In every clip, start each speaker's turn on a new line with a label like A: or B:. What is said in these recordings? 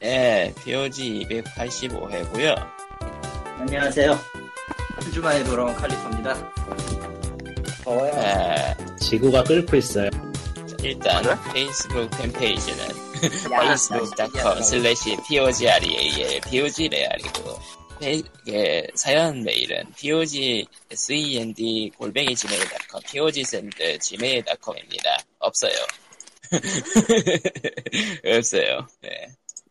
A: 네, POG 285회고요.
B: 안녕하세요. 한 주만에 돌아온 칼리퍼입니다. 더워요.
A: 네,
C: 지구가 끓고 있어요.
A: 자, 일단 페이스북 팬페이지는
B: 야,
A: facebook.com slash POGREAL, POGREAL이고 예, 사연 메일은 POG SEND E 골뱅이 지메일.com, POGSEND 지메일.com입니다. 없어요. 없어요. 네.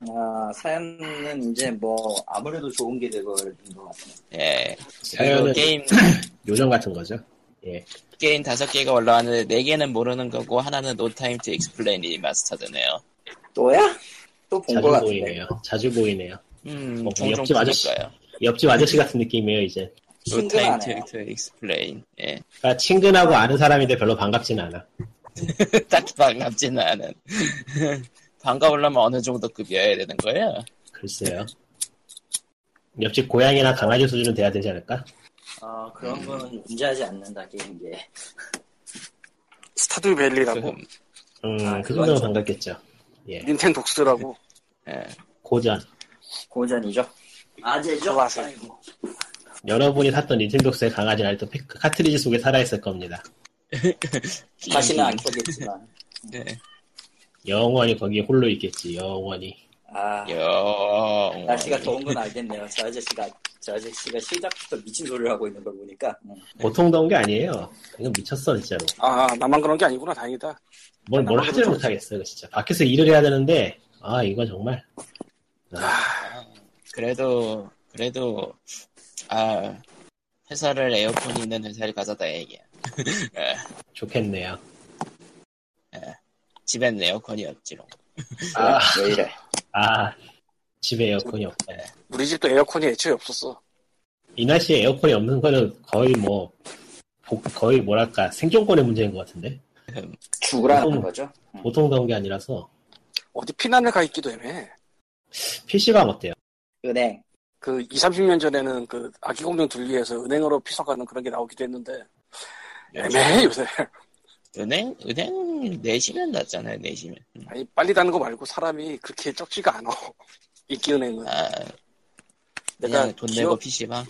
B: 아, 사연은 이제 뭐 아무래도 좋은 게 되거든 것 같아요.
A: 예. 그리고
C: 사연은
A: 게임,
C: 요정 같은 거죠. 예.
A: 게임 다섯 개가 올라왔는데, 네 개는 모르는 거고, 하나는 No Time to Explain 리마스터드네요.
B: 또야? 또 본
C: 자주
B: 것 같은데.
C: 보이네요. 자주 보이네요.
A: 음,
C: 뭐,
A: 종종
C: 옆집 아저씨.
A: 보니까요.
C: 옆집 아저씨 같은 느낌이에요, 이제.
A: No Time to,
B: 친근하네요.
A: to Explain. 예.
C: 그러니까 친근하고 아는 사람인데 별로 반갑진 않아.
A: 딱히 반갑지는 않은. 반가우려면 어느 정도 급여야 되는 거예요?
C: 글쎄요. 옆집 고양이나 강아지 수준은 돼야 되지 않을까?
B: 아, 그런 건 문제하지 않는다, 게임 게.
D: 스타듀 밸리라고
A: 조금,
C: 음,
B: 아,
C: 그
B: 그건
C: 정도면
B: 좀-
C: 반갑겠죠. 예.
D: 닌텐독스라고
A: 예.
C: 고전.
B: 고전이죠? 아재죠?
D: 좋아하세요.
B: 아이고.
C: 여러분이 샀던 닌텐독스의 강아지는 아직도 팩- 카트리지 속에 살아있을 겁니다.
B: 다시는 안 네. 켜겠지만.
A: 예.
C: 영원히 거기에 홀로 있겠지, 영원히.
B: 아,
A: 네. 예. 영.
B: 날씨가 더운 건 알겠네요. 저 아저씨가, 저 아저씨가 시작부터 미친 소리를 하고 있는 걸 보니까. 음.
C: 보통 더운 게 아니에요. 이건 미쳤어, 진짜로.
D: 아 나만 그런 게 아니구나 다행이다
C: 뭘, 뭘
B: 아,
C: 하지를 못하겠어요, 진짜. 밖에서 일을 해야 되는데, 아, 이거 정말.
A: 그래도, 그래도, 아, 회사를 에어컨이 있는 회사를 가서 다행이야.
C: 좋겠네요.
A: 집엔 에어컨이 없지롱.
C: 아,
B: 왜 이래?
C: 아, 집에 에어컨이 없다. 네.
D: 우리 집도 에어컨이 애초에 없었어
C: 이 날씨에 에어컨이 없는 거는 거의 뭐, 보- 거의 뭐랄까, 생존권의 문제인 것 같은데?
B: 죽으라는
C: 보통-
B: 거죠? 음.
C: 보통 더운 게 아니라서,
D: 어디 피난을 가 있기도 애매해
C: PC방 어때요?
B: 은행.
D: 그 2, 30년 전에는 그 아기 공룡 들리에서 은행으로 피서 가는 그런 게 나오기도 했는데
A: 예.
B: 아,
D: 애매해 요새
A: 은행, 은행 4시면 났잖아요, 4시면. 음.
D: 아니 빨리 다는 거 말고 사람이 그렇게 적지가 않아 이기은행은
A: 아,
D: 내가
A: 그냥 돈 내고
D: 기업,
A: PC방?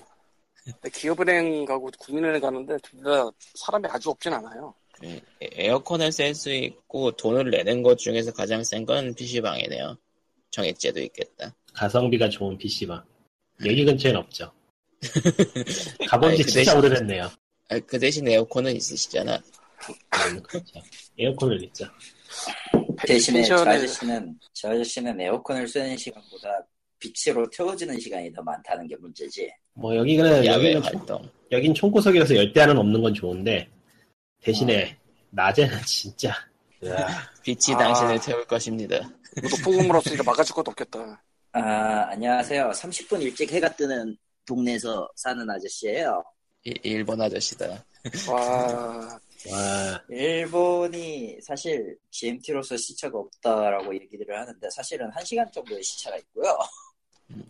D: 내 기업은행 가고 국민은행 가는데 둘 다 사람이 아주 없진 않아요
A: 예, 에어컨을 쓸 수 있고, 돈을 내는 것 중에서 가장 센 건 PC방이네요. 정액제도 있겠다.
C: 가성비가 좋은 PC방. 여기 근처엔 없죠. 가본
A: 아니,
C: 지
A: 그
C: 진짜
A: 대신-
C: 오래됐네요.
A: 아, 그 대신 에어컨은 있으시잖아.
C: 음, 그렇죠. 에어컨을 있죠.
B: 대신에 저
D: 펜션에-
B: 아저씨는 저 아저씨는 에어컨을 쓰는 시간보다 빛으로 태워지는 시간이 더 많다는 게 문제지.
C: 뭐, 여기는,
A: 야외 아-
C: 여기는, 총-
A: 활동.
C: 여긴 총구석이라서 열대야는 없는 건 좋은데, 대신에,
A: 아.
C: 낮에는 진짜, 으아,
A: 빛이
D: 아.
A: 당신을 태울 것입니다.
D: 높은 건물 없으니까 막아줄 것도 없겠다
B: 아 안녕하세요. 30분 일찍 해가 뜨는 동네에서 사는 아저씨예요.
A: 이- 일본 아저씨다.
D: 와
C: 와,
B: 일본이 사실 GMT로서 시차가 없다라고 얘기를 하는데 사실은 1 시간 정도의 시차가 있고요.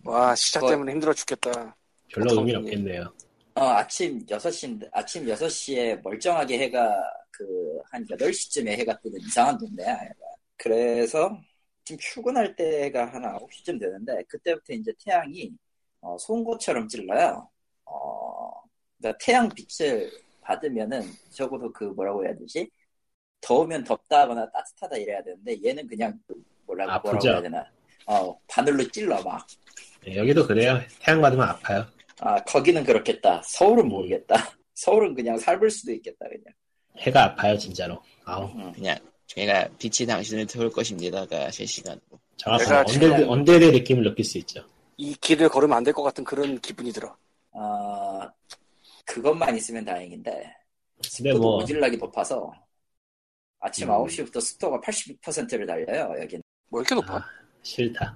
D: 와 시차
B: 그거-
D: 때문에 힘들어 죽겠다.
C: 별로
D: 보통-
C: 의미는 없겠네요.
B: 어, 아침 6시인데 아침 6시에 멀쩡하게 해가 그 한 8시쯤에 해가 뜨는 이상한 동네야. 얘가. 그래서 지금 출근할 때가 한 9시쯤 되는데 그때부터 이제 태양이 어, 송곳처럼 찔러요. 어, 그러니까 태양 빛을 받으면은 적어도 그 뭐라고 해야 되지? 더우면 덥다거나 따뜻하다 이래야 되는데 얘는 그냥 그 뭐라고
C: 아프죠?
B: 뭐라고 해야 되나? 어, 바늘로 찔러 막.
C: 네, 여기도 그래요. 태양 받으면 아파요.
B: 아, 거기는 그렇겠다.
C: 음.
B: 서울은 모르겠다. 서울은 그냥 살볼 수도 있겠다, 그냥. 음.
C: 해가 아파요, 진짜로. 아우,
A: 그냥 제가 빛이 당신을 태울 것입니다가 실시간으로.
C: 정확한
D: 내가
C: 언데드,
B: 지금-
C: 언데드의 느낌을 느낄 수 있죠.
D: 이 길을 걸으면 안 될 것 같은 그런 기분이 들어.
B: 아, 그것만 있으면 다행인데.
C: 근데
B: 습도도
C: 뭐,
B: 모질락이 높아서 아침
C: 음.
B: 9시부터 습도가 82%를 달려요, 여기는.
D: 뭐 이렇게 높아?
C: 아, 싫다.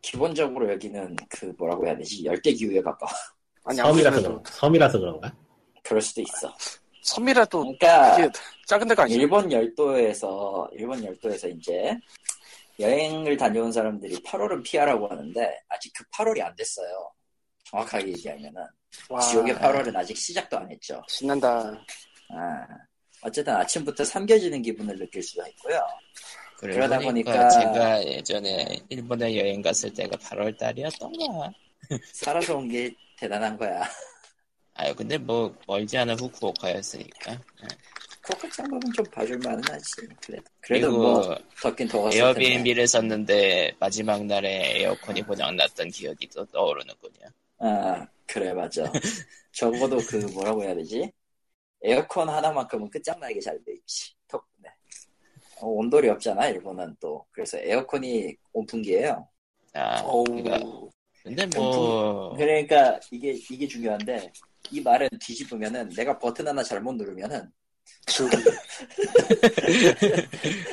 B: 기본적으로 여기는 그 뭐라고 해야 되지? 열대 기후에 가까워.
D: 아니
C: 섬이라서
D: 아무래도
C: 그런가? 섬이라서 그런가?
B: 그럴 수도 있어.
D: 섬이라도
B: 그러니까
D: 이게 작은 데가 아니야.
B: 일본 열도에서 일본 열도에서 이제 여행을 다녀온 사람들이 8월은 피하라고 하는데 아직 그 8월이 안 됐어요. 정확하게 얘기하면은
D: 와,
B: 지옥의 8월은 아직 시작도 안 했죠.
D: 신난다.
B: 아, 어쨌든 아침부터 삼겨지는 기분을 느낄 수가 있고요.
A: 그러다
B: 그러다
A: 보니까,
B: 보니까-
A: 제가 예전에 일본에 여행 갔을 때가 8월 달이었던가.
B: 살아서 온 게 대단한 거야.
A: 아유 근데 뭐 멀지 않은 후쿠오카였으니까. 예.
B: 코카 장갑은 좀 봐줄 만은 하지. 그래도, 그래도
A: 그리고
B: 뭐 덥긴 더웠을 텐데.
A: 에어비앤비를 썼는데 마지막 날에 에어컨이 고장났던 기억이 또 떠오르는군요.
B: 아 그래 맞아. 적어도 그 뭐라고 해야 되지? 에어컨 하나만큼은 끝장나게 잘 돼 있지. 덕분에. 어, 온돌이 없잖아 일본은 또. 그래서 에어컨이 온풍기예요.
A: 아,
D: 어우,
A: 그러니까 근데 뭐
B: 그러니까 이게 이게 중요한데 이 말은 뒤집으면은 내가 버튼 하나 잘못 누르면은
D: 그,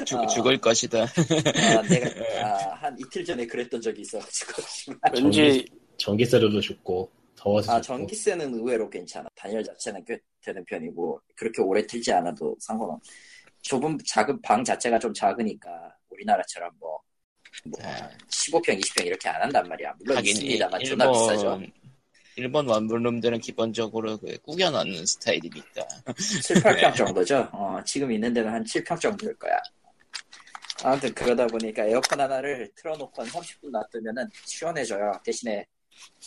A: 죽,
B: 아.
A: 죽을 것이다.
B: 아, 내가 아, 한 이틀 전에 그랬던 적이 있어가지고
C: 아,
D: 왠지
C: 전기세로도 죽고 더워서
B: 아
C: 죽고
B: 전기세는 의외로 괜찮아 단열 자체는 꽤 되는 편이고 그렇게 오래 틀지 않아도 상관없 좁은 작은 방 자체가 좀 작으니까 우리나라처럼 뭐, 뭐
A: 아.
B: 15평 20평 이렇게 안 한단 말이야 물론
A: 하긴 이-
B: 있습니다만 존나 비싸죠
A: 일본 뭐 일본 원룸들은 기본적으로 그 꾸겨 넣는 스타일이니까
B: 7, 8평 정도죠 어, 지금 있는 데는 한 7평 정도일 거야 아무튼 그러다 보니까 에어컨 하나를 틀어놓고 한 30분 놔두면은 시원해져요 대신에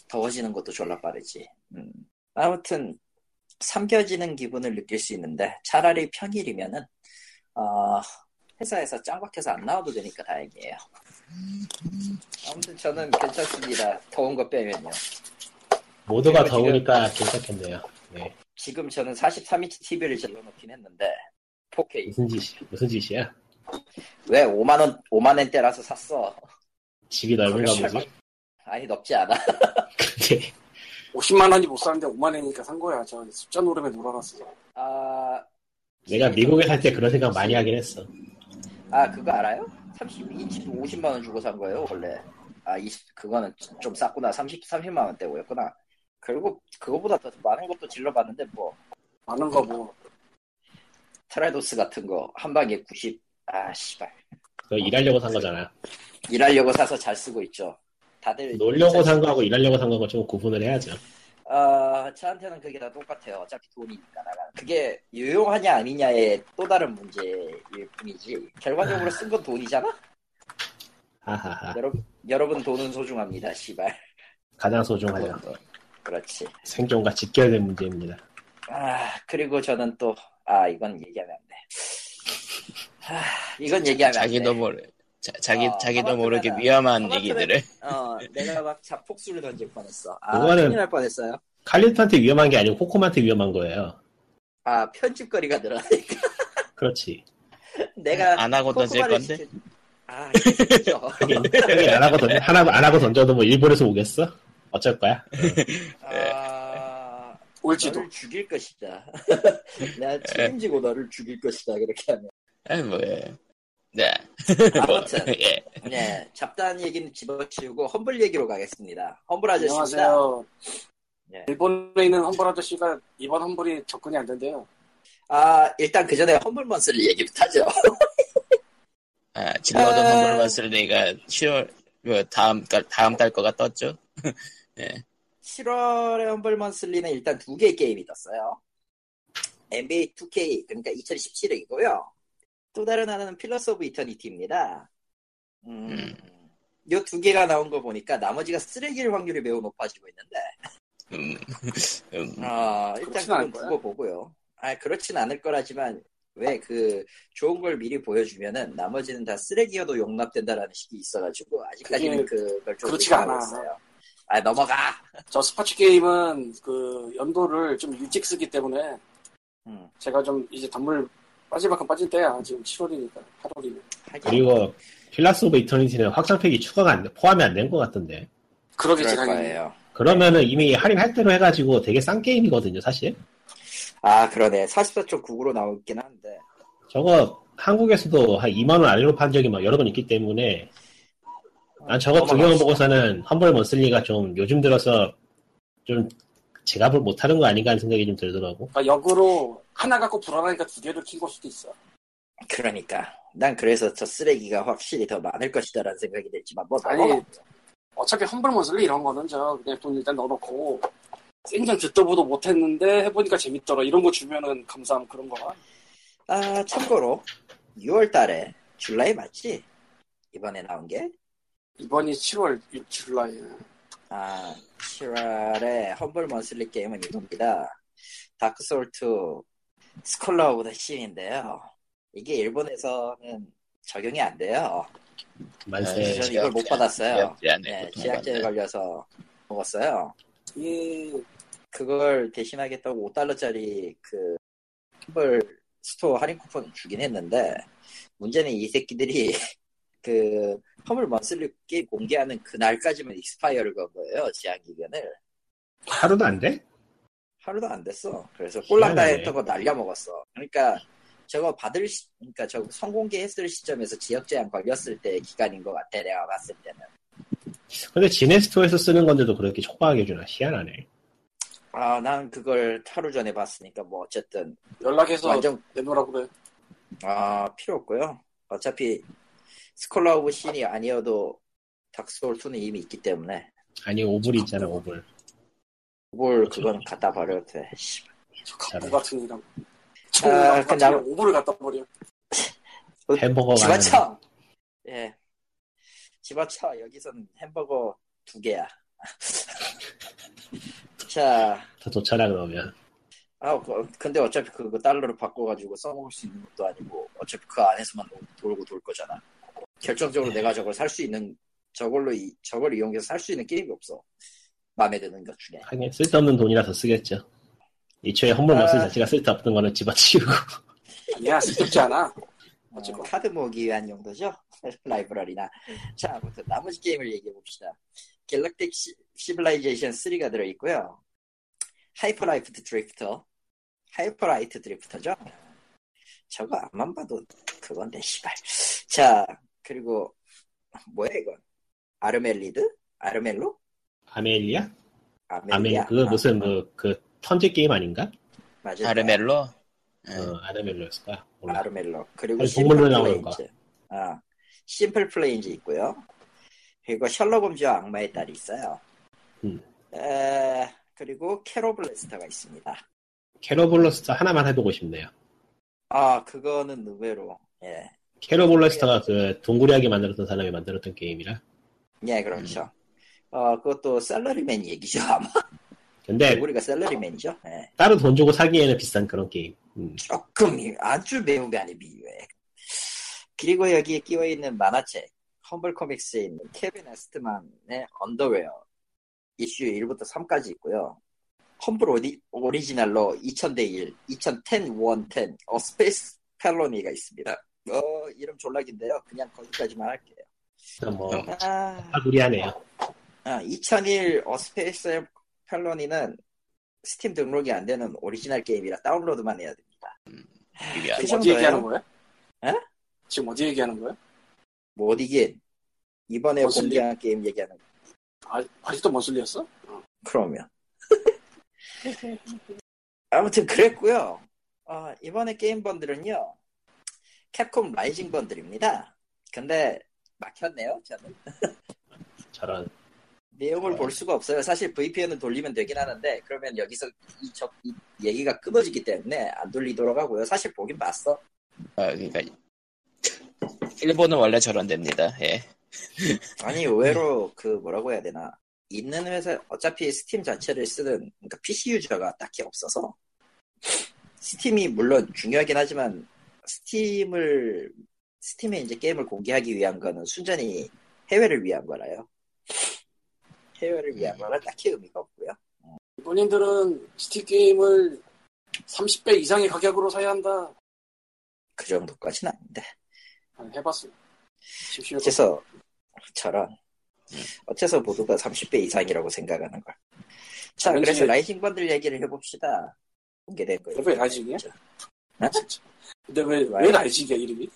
B: 더워지는 것도 졸라 빠르지 음. 아무튼 삼겨지는 기분을 느낄 수 있는데 차라리 평일이면은 어, 회사에서 짱 박혀서 안 나와도 되니까 다행이에요. 아무튼 저는 괜찮습니다. 더운 거 빼면요.
C: 모두가
B: 그리고
C: 더우니까 괜찮겠네요. 네.
B: 지금 저는 43인치 TV를 질러놓긴 했는데 4K
C: 무슨 짓 무슨 짓이야?
B: 왜 5만 원 5만 엔대라서 샀어?
C: 집이 넓은가
B: 그렇지.
C: 보지?
B: 아니 높지 않아.
C: 근데
D: 50만 원이 못 사는데 5만 원이니까 산 거야. 저 숫자 노름에 놀아놨어.
B: 아,
C: 내가 미국에 살 때 그런 생각 많이 하긴 했어.
B: 아 그거 알아요? 32인치도 50만 원 주고 산 거예요 원래. 아 20, 그거는 좀 쌌구나. 30 30만 원대였구나. 결국 그거보다 더 많은 것도 질러봤는데 뭐
D: 많은 거 뭐,
B: 트라이도스 같은 거 한 방에 90. 아 씨발.
C: 그거 일하려고 산 거잖아.
B: 일하려고 사서 잘 쓰고 있죠. 다들
C: 놀려고
B: 잘
C: 산
B: 쓰-
C: 거하고 일하려고 산 거하고 좀 구분을 해야죠.
B: 아 저한테는 그게 다 똑같아요. 어차피 돈이니까 나가. 그게 유용하냐 아니냐의 또 다른 문제일 뿐이지. 결과적으로 쓴 건 돈이잖아.
C: 하하하.
B: 여러분 여러분 돈은 소중합니다. 씨발.
C: 가장 소중하죠.
A: 뭐
B: 네. 그렇지.
C: 생존과 직결된 문제입니다.
B: 아 그리고 저는 또 아 이건 얘기하면 안 돼. 아, 이건 얘기하면 안 돼.
A: 자기도 모르 자, 자기
B: 네. 아,
A: 자기도
B: 하마터면-
A: 모르게 위험한
B: 하마터면-
A: 얘기들을
B: 어 내가 막 자폭수를 던질 뻔했어. 아
C: 그거는-
B: 큰일 날 뻔했어요.
C: 칼리프한테 위험한 게 아니고 코코한테 위험한 거예요.
B: 아 편집거리가 늘어나니까
C: 그렇지.
B: 내가
A: 안 하고 던질
B: 코코마를
A: 건데
B: 시켜- 아 이거 진짜.
C: 형이 안 하고 던 하나 안 하고 던져도 뭐 일본에서 오겠어? 어쩔 거야?
A: 네.
B: 아,
D: 올지도. 예.
B: 너를 죽일 것이다 내가 책임지고 너를 죽일 것이다 그렇게 하면
A: 아니 뭐예 네
D: 뭐.
B: 아무튼
A: 예.
B: 네 잡다한 얘기는 집어치우고 험블 얘기로 가겠습니다 험블 아저씨입니다
D: 안녕하세요.
B: 네.
D: 일본에 있는 험블 아저씨가 이번 험블이 접근이 안 된대요.
B: 아 일단 그 전에 험블먼스를 얘기부터 하죠
A: 아, 질러도
B: 아.
A: 선물 봤을 때가 10월 그 다음 달- 다음 달 거가 떴죠.
B: 7월에 험블먼슬리는 일단 두 개의 게임이 떴어요. NBA 2K, 그러니까 2017이고요. 또 다른 하나는 필러스 오브 이터니티입니다. 음, 요 두 개가 나온 거 보니까 나머지가 쓰레기일 확률이 매우 높아지고
A: 음,
B: 있는데,
A: 음,
B: 아, 일단
D: 그렇진
B: 그건
D: 않을 거야.
B: 두고 보고요. 아, 그렇진 않을 거라지만, 왜 그 좋은 걸 미리 보여주면은 나머지는 다 쓰레기여도 용납된다라는 식이 있어가지고, 아직까지는 그걸 좀
D: 그렇지가 않아.
B: 의심하고 있어요. 아, 넘어가!
D: 저 스포츠 게임은 그 연도를 좀 일찍 쓰기 때문에
B: 음,
D: 제가 좀 이제 단물 빠질 만큼 빠질 때야. 지금 7월이니까, 8월이면.
B: 하긴.
C: 그리고 필라스 오브 이터니티는 확장팩이 추가가 안, 포함이 안 된 것 같던데.
D: 그러게
B: 그럴
D: 지나겠네요.
B: 거예요.
C: 그러면은 이미 할인할 대로 해가지고 되게 싼 게임이거든요, 사실.
B: 아 그러네 44.99로 나오긴 한데
C: 저거 한국에서도 한 2만 원 아래로 판 적이 막 여러 번 있기 때문에 난 저거 두 경험 보고서는 험블 먼슬리가 좀 요즘 들어서 좀 제값을 못하는 거 아닌가 하는 생각이 좀 들더라고.
D: 그러니까 역으로 하나 갖고 불안하니까 두 개를 킨 걸 수도 있어.
B: 그러니까 난 그래서 저 쓰레기가 확실히 더 많을 것이다라는 생각이 들지만 뭐
D: 아니,
B: 넘어가.
D: 어차피 험블머슬리 이런 거는 저 그냥 돈 일단 넣어놓고 생전 듣도 보도 못했는데 해보니까 재밌더라. 이런 거 주면은 감사함 그런 거가.
B: 아 참고로 6월달에 줄라이 맞지? 이번에 나온 게?
D: 이번이 7월 6, 줄라이.
B: 아, 7월에 험블 먼슬리 게임은 이겁니다. 다크소울2 스콜러 오브 더 신인데요. 이게 일본에서는 적용이 안 돼요.
A: 네,
C: 만세.
B: 저는 이걸 못
A: 제약제한,
B: 받았어요.
A: 제약제한에
B: 네,
A: 보통
B: 제약제에
A: 받는.
B: 걸려서 먹었어요.
D: 이
B: 그걸 대신하겠다고 5달러짜리 그 험블 스토어 할인 쿠폰 주긴 했는데 문제는 이 새끼들이 그 험블 먼슬리 게임 공개하는 그날까지만 익스파이어를 건 거예요. 제한기간을.
C: 하루도 안 돼?
B: 하루도 안 됐어. 그래서 꼴랑 다
C: 희한하네.
B: 했던 거 날려 먹었어. 그러니까 저거 받을 시, 그러니까 저거 성공개했을 시점에서 지역 제한 걸렸을 때 기간인 것 같아. 내가 봤을 때는.
C: 근데 지네스토어에서 쓰는 건데도 그렇게 촉박하게 주나 희한하네.
B: 아, 난 그걸 하루 전에 봤으니까 뭐 어쨌든
D: 연락해서
B: 완전
D: 내놓으라 그래.
B: 아 필요 없고요. 어차피 스콜라 오브 신이 아니어도 닥스홀 2는 이미 있기 때문에
C: 아니 오불 있잖아 오불.
B: 뭘 그건 갖다 버려도 돼. 씨,
D: 저 갑부
C: 잘해.
D: 같은 이랑.
B: 아,
D: 아,
B: 그냥-
D: 그냥 오버를 갖다 버려.
C: 햄버거 가는.
B: 집어쳐. 예, 집어쳐. 여기선 햄버거 두 개야. 자,
C: 더 좋잖아 그러면.
B: 아, 그- 근데 어차피 그거 달러로 바꿔가지고 써먹을 수 있는 것도 아니고 어차피 그 안에서만 돌- 돌고 돌 거잖아. 결정적으로 내가 저걸 살 수 있는 저걸로 이, 저걸 이용해서 살 수 있는 게임이 없어. 마음에 드는 것 중에.
C: 하긴 쓸데없는 돈이라서 쓰겠죠. 이초에 험불 멋을
B: 아.
C: 자체가 쓸데없는 거는 집어치우고.
D: 야, 쓸데없지 않아.
B: 어,
D: 어쨌건.
B: 카드 모으기 위한 용도죠. 라이브러리나. 자, 아무튼 나머지 게임을 얘기해 봅시다. 갤럭틱 시, 시블라이제이션 3가 들어있고요. 하이퍼라이프트 드리프터. 하이퍼라이트 드리프터죠. 저거 안만 봐도 그건데, 시발. 자, 그리고 뭐야 이건? 아르멜리드? 아르멜로?
C: 아멜리아?
B: 아멜리아.
C: 아멜 그거 무슨 뭐 그 턴제 게임 아닌가?
B: 맞아요.
A: 아르멜로? 네.
C: 어, 아르멜로였을 거야. 몰라.
B: 아르멜로 뭐 그리고
C: 아니,
B: 심플
C: 동물로 나오는
B: 플레인즈 아 심플 플레인즈 있고요 그리고 셜록 홈즈와 악마의 딸이 있어요
C: 음.
B: 에, 그리고 캐로블레스터가 있습니다
C: 캐러블러스터 하나만 해보고 싶네요.
B: 아 그거는 의외로 예,
C: 캐러블러스터가 그 동구리하게 만들었던 사람이 만들었던 게임이라.
B: 예 그렇죠
C: 음.
B: 어 그것도 셀러리맨 얘기죠 아마
C: 근데
B: 우리가 셀러리맨이죠 예.
C: 따로 돈 주고 사기에는 비싼 그런 게임. 음.
B: 조금 아주 매운 게 아니 미유해 그리고 여기에 끼워 있는 만화책 험블 코믹스에 있는 케빈 에스트만의 언더웨어 이슈 1부터 3까지 있고요 험블 오리, 오리지널로 2000대1 2010 110 어, 스페이스 펠로니가 있습니다 어 이름 졸라긴데요 그냥 거기까지만 할게요
C: 그래서 뭐
B: 아...
C: 사구리하네요.
B: 아, 2001 어스페이스 펠로니는 스팀 등록이 안 되는 오리지널 게임이라 다운로드만 해야 됩니다
A: 미묘하죠.
B: 그
D: 지금 어디
B: 정도예요? 예?
D: 얘기하는 거야?
B: 에?
D: 지금 어디 얘기하는 거야?
B: 못 이긴 뭐 이번에
D: 무슨
B: 공개한 게임 얘기하는 거.
D: 아, 아직도 머슬리였어?
B: 그러면 아무튼 그랬고요 어, 이번에 게임 번들은요 캡콤 라이징 번들입니다 근데 막혔네요 저는
C: 저런
B: 내용을 볼 수가 없어요 사실 VPN을 돌리면 되긴 하는데 그러면 여기서 이, 저, 이 얘기가 끊어지기 때문에 안 돌리도록 하고요 사실 보긴 봤어
A: 아, 그러니까 일본은 원래 저런 됩니다. 예.
B: 아니 의외로 그 뭐라고 해야 되나 있는 회사 어차피 스팀 자체를 쓰는 그러니까 PC 유저가 딱히 없어서 스팀이 물론 중요하긴 하지만 스팀을 스팀에 이제 게임을 공개하기 위한 거는 순전히 해외를 위한 거라요. 해외를 위한 거라 딱히 의미가 없고요.
D: 본인들은 스팀 게임을 30배 이상의 가격으로 사야 한다.
B: 그 정도까지는 아닌데.
D: 아니, 해봤어. 심심해.
B: 어째서 저런 어째서 모두가 30배 이상이라고 생각하는 걸. 자
D: 왠지-
B: 그래서 라이징 번들 얘기를 해봅시다. 공개된 거.
D: 왜 라이징이야?
B: 어?
D: 진짜. 근데 왜,
B: 라이-
D: 왜 라이징이야, 이름이?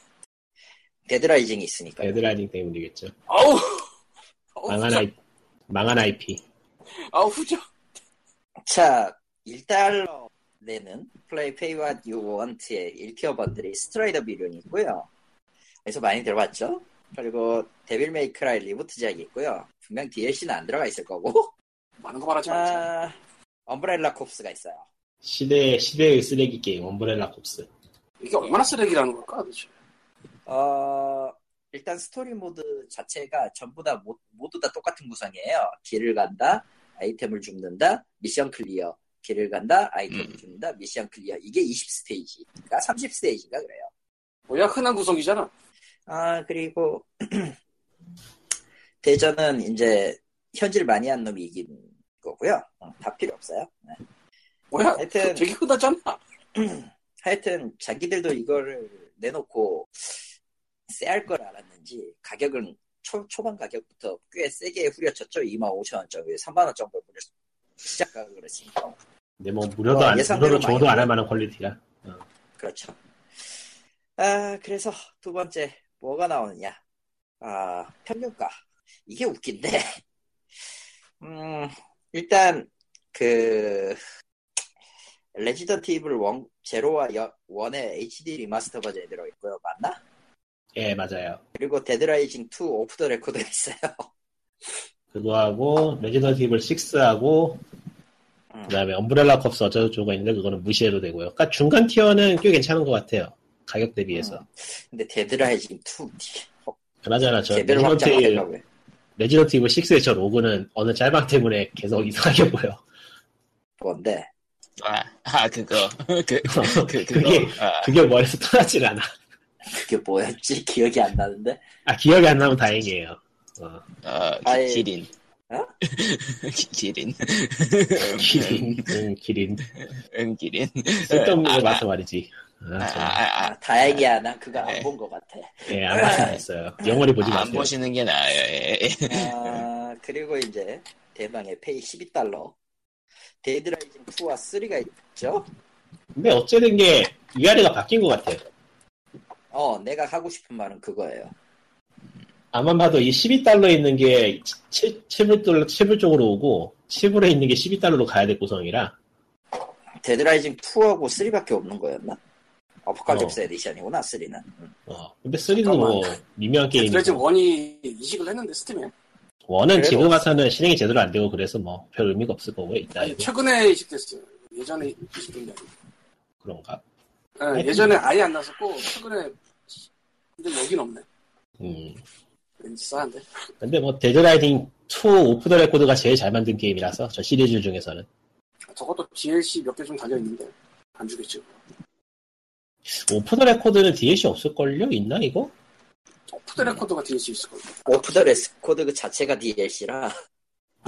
B: 데드라이징이 있으니까.
C: 데드라이딩 때문이겠죠.
D: 아우! 아우,
C: 망한
D: 후자.
C: 아이 망한 IP.
D: 아우, 후자.
B: 자, 1달러 내는 플레이 페이 왓 유원트의 1티어 번들이 스트라이더 비룡이 있고요. 그래서 많이 들어봤죠? 그리고 데빌 메이크라이 리부트작이 있고요. 분명 DLC는 안 들어가 있을 거고.
D: 많은 거 말하지 말자.
B: 아, 엄브렐라 콥스가 있어요.
C: 시대 시대의 쓰레기 게임 엄브렐라 콥스.
D: 이게 얼마나 쓰레기라는 걸까, 도대체.
B: 어, 일단 스토리 모드 자체가 전부 다 모, 모두 다 똑같은 구성이에요. 길을 간다, 아이템을 줍는다, 미션 클리어. 길을 간다, 아이템을
A: 음.
B: 줍는다, 미션 클리어. 이게 20스테이지인가 30스테이지인가 그래요.
D: 뭐야 흔한 구성이잖아.
B: 아, 그리고 대전은 이제 현질 많이 한 놈이 이긴 거고요. 어, 다 필요 없어요. 네.
D: 뭐야 그
B: 하여튼-
D: 되게 흔하잖아.
B: 하여튼 자기들도 이거를 내놓고 쎄할 걸 알았는지 가격은 초, 초반 가격부터 꽤 세게 후려쳤죠. 25,000원짜리 3만원 정도 무려 시작 가격으로 했으니까
C: 근데 뭐 무료도
B: 어,
C: 안
B: 예상대로
C: 무료로
B: 많이
C: 줘도 안 할
B: 나와요.
C: 만한 퀄리티라.
B: 그렇죠. 아 그래서 두 번째 뭐가 나오느냐 아 평균가 이게 웃긴데 음 일단 그 레지던트 이블 1 제로와 1의 HD 리마스터 버전이 들어있고요 맞나?
C: 예 맞아요.
B: 그리고 데드라이징 2 오프 더 레코드 있어요.
C: 그거하고 레지던트 이블 6하고
B: 음.
C: 그다음에 엄브렐라 컵스 어쩌고 저쩌고 있는데 그거는 무시해도 되고요. 그러니까 중간 티어는 꽤 괜찮은 것 같아요. 가격 대비해서.
B: 음. 근데 데드라이징 2
C: 그나저나 저
B: 개별 확장
C: 레지던트
B: 하려고 해.
C: 레지던트 이블 6의 저 로고는 어느 짤방 때문에
B: 음.
C: 계속 이상하게 보여.
B: 뭔데?
A: 아, 아 그거 그, 그 그거
C: 그게-
A: 아,
C: 그게 머리에서 떠나질 않아.
B: 그게 뭐였지? 기억이 안 나는데.
C: 아 기억이 안 나면 다행이에요. 어,
B: 음.
A: 어, 기-
B: 아예-
A: 기린
B: 어? 음,
A: 기- 기린
C: 기린, 응, 기린.
A: 응 음, 기린
C: 쓸데없는 거 봐서 말이지.
A: 아,
C: 아, 정말.
A: 아, 아,
B: 아, 다행이야. 난 그거
A: 네.
B: 안 본 것 같아.
C: 예, 안 봤어요. 영원히 보지
A: 아, 안
C: 마세요.
A: 보시는 게 나아요 예, 예.
B: 아, 그리고 이제 대망의 페이 12달러. 데드라이징 2와 3가 있죠?
C: 근데 어쨌든 게 위아래가 바뀐 것 같아요.
B: 어, 내가 하고 싶은 말은 그거예요.
C: 아만 봐도 이 12달러 있는 게 7, 7불, 7불 쪽으로 오고 7불에 있는 게 12달러로 가야 될 구성이라
B: 데드라이징 2하고 3밖에 없는 거였나? 어퍼칼립스
C: 어.
B: 에디션이구나, 3는.
C: 어, 근데 3도 뭐 미묘한
D: 그래서
C: 게임이고
D: 원이 이식을 했는데 스팀에
C: 원은
B: 그래도
C: 지금 와서는 실행이 제대로 안 되고 그래서 뭐 별 의미가 없을 거고 일단
D: 아니, 최근에 이식됐어요. 예전에 이식된 게 아니고.
C: 그런가
D: 예, 예전에 아예 안 나섰고 최근에 근데 여긴 없네.
C: 음.
D: 왠지 싸한데.
C: 근데 뭐 데드라이딩 2 오프 더 레코드가 제일 잘 만든 게임이라서 저 시리즈 중에서는
D: 아, 저것도 DLC 몇 개 좀 달려 있는데 안 주겠지.
C: 음. 오프 더 레코드는 DLC 없을걸요? 있나 이거?
D: 오프더 레코드가 DLC 있을 거예요.
B: 오프 더 레코드 그 자체가 DLC라.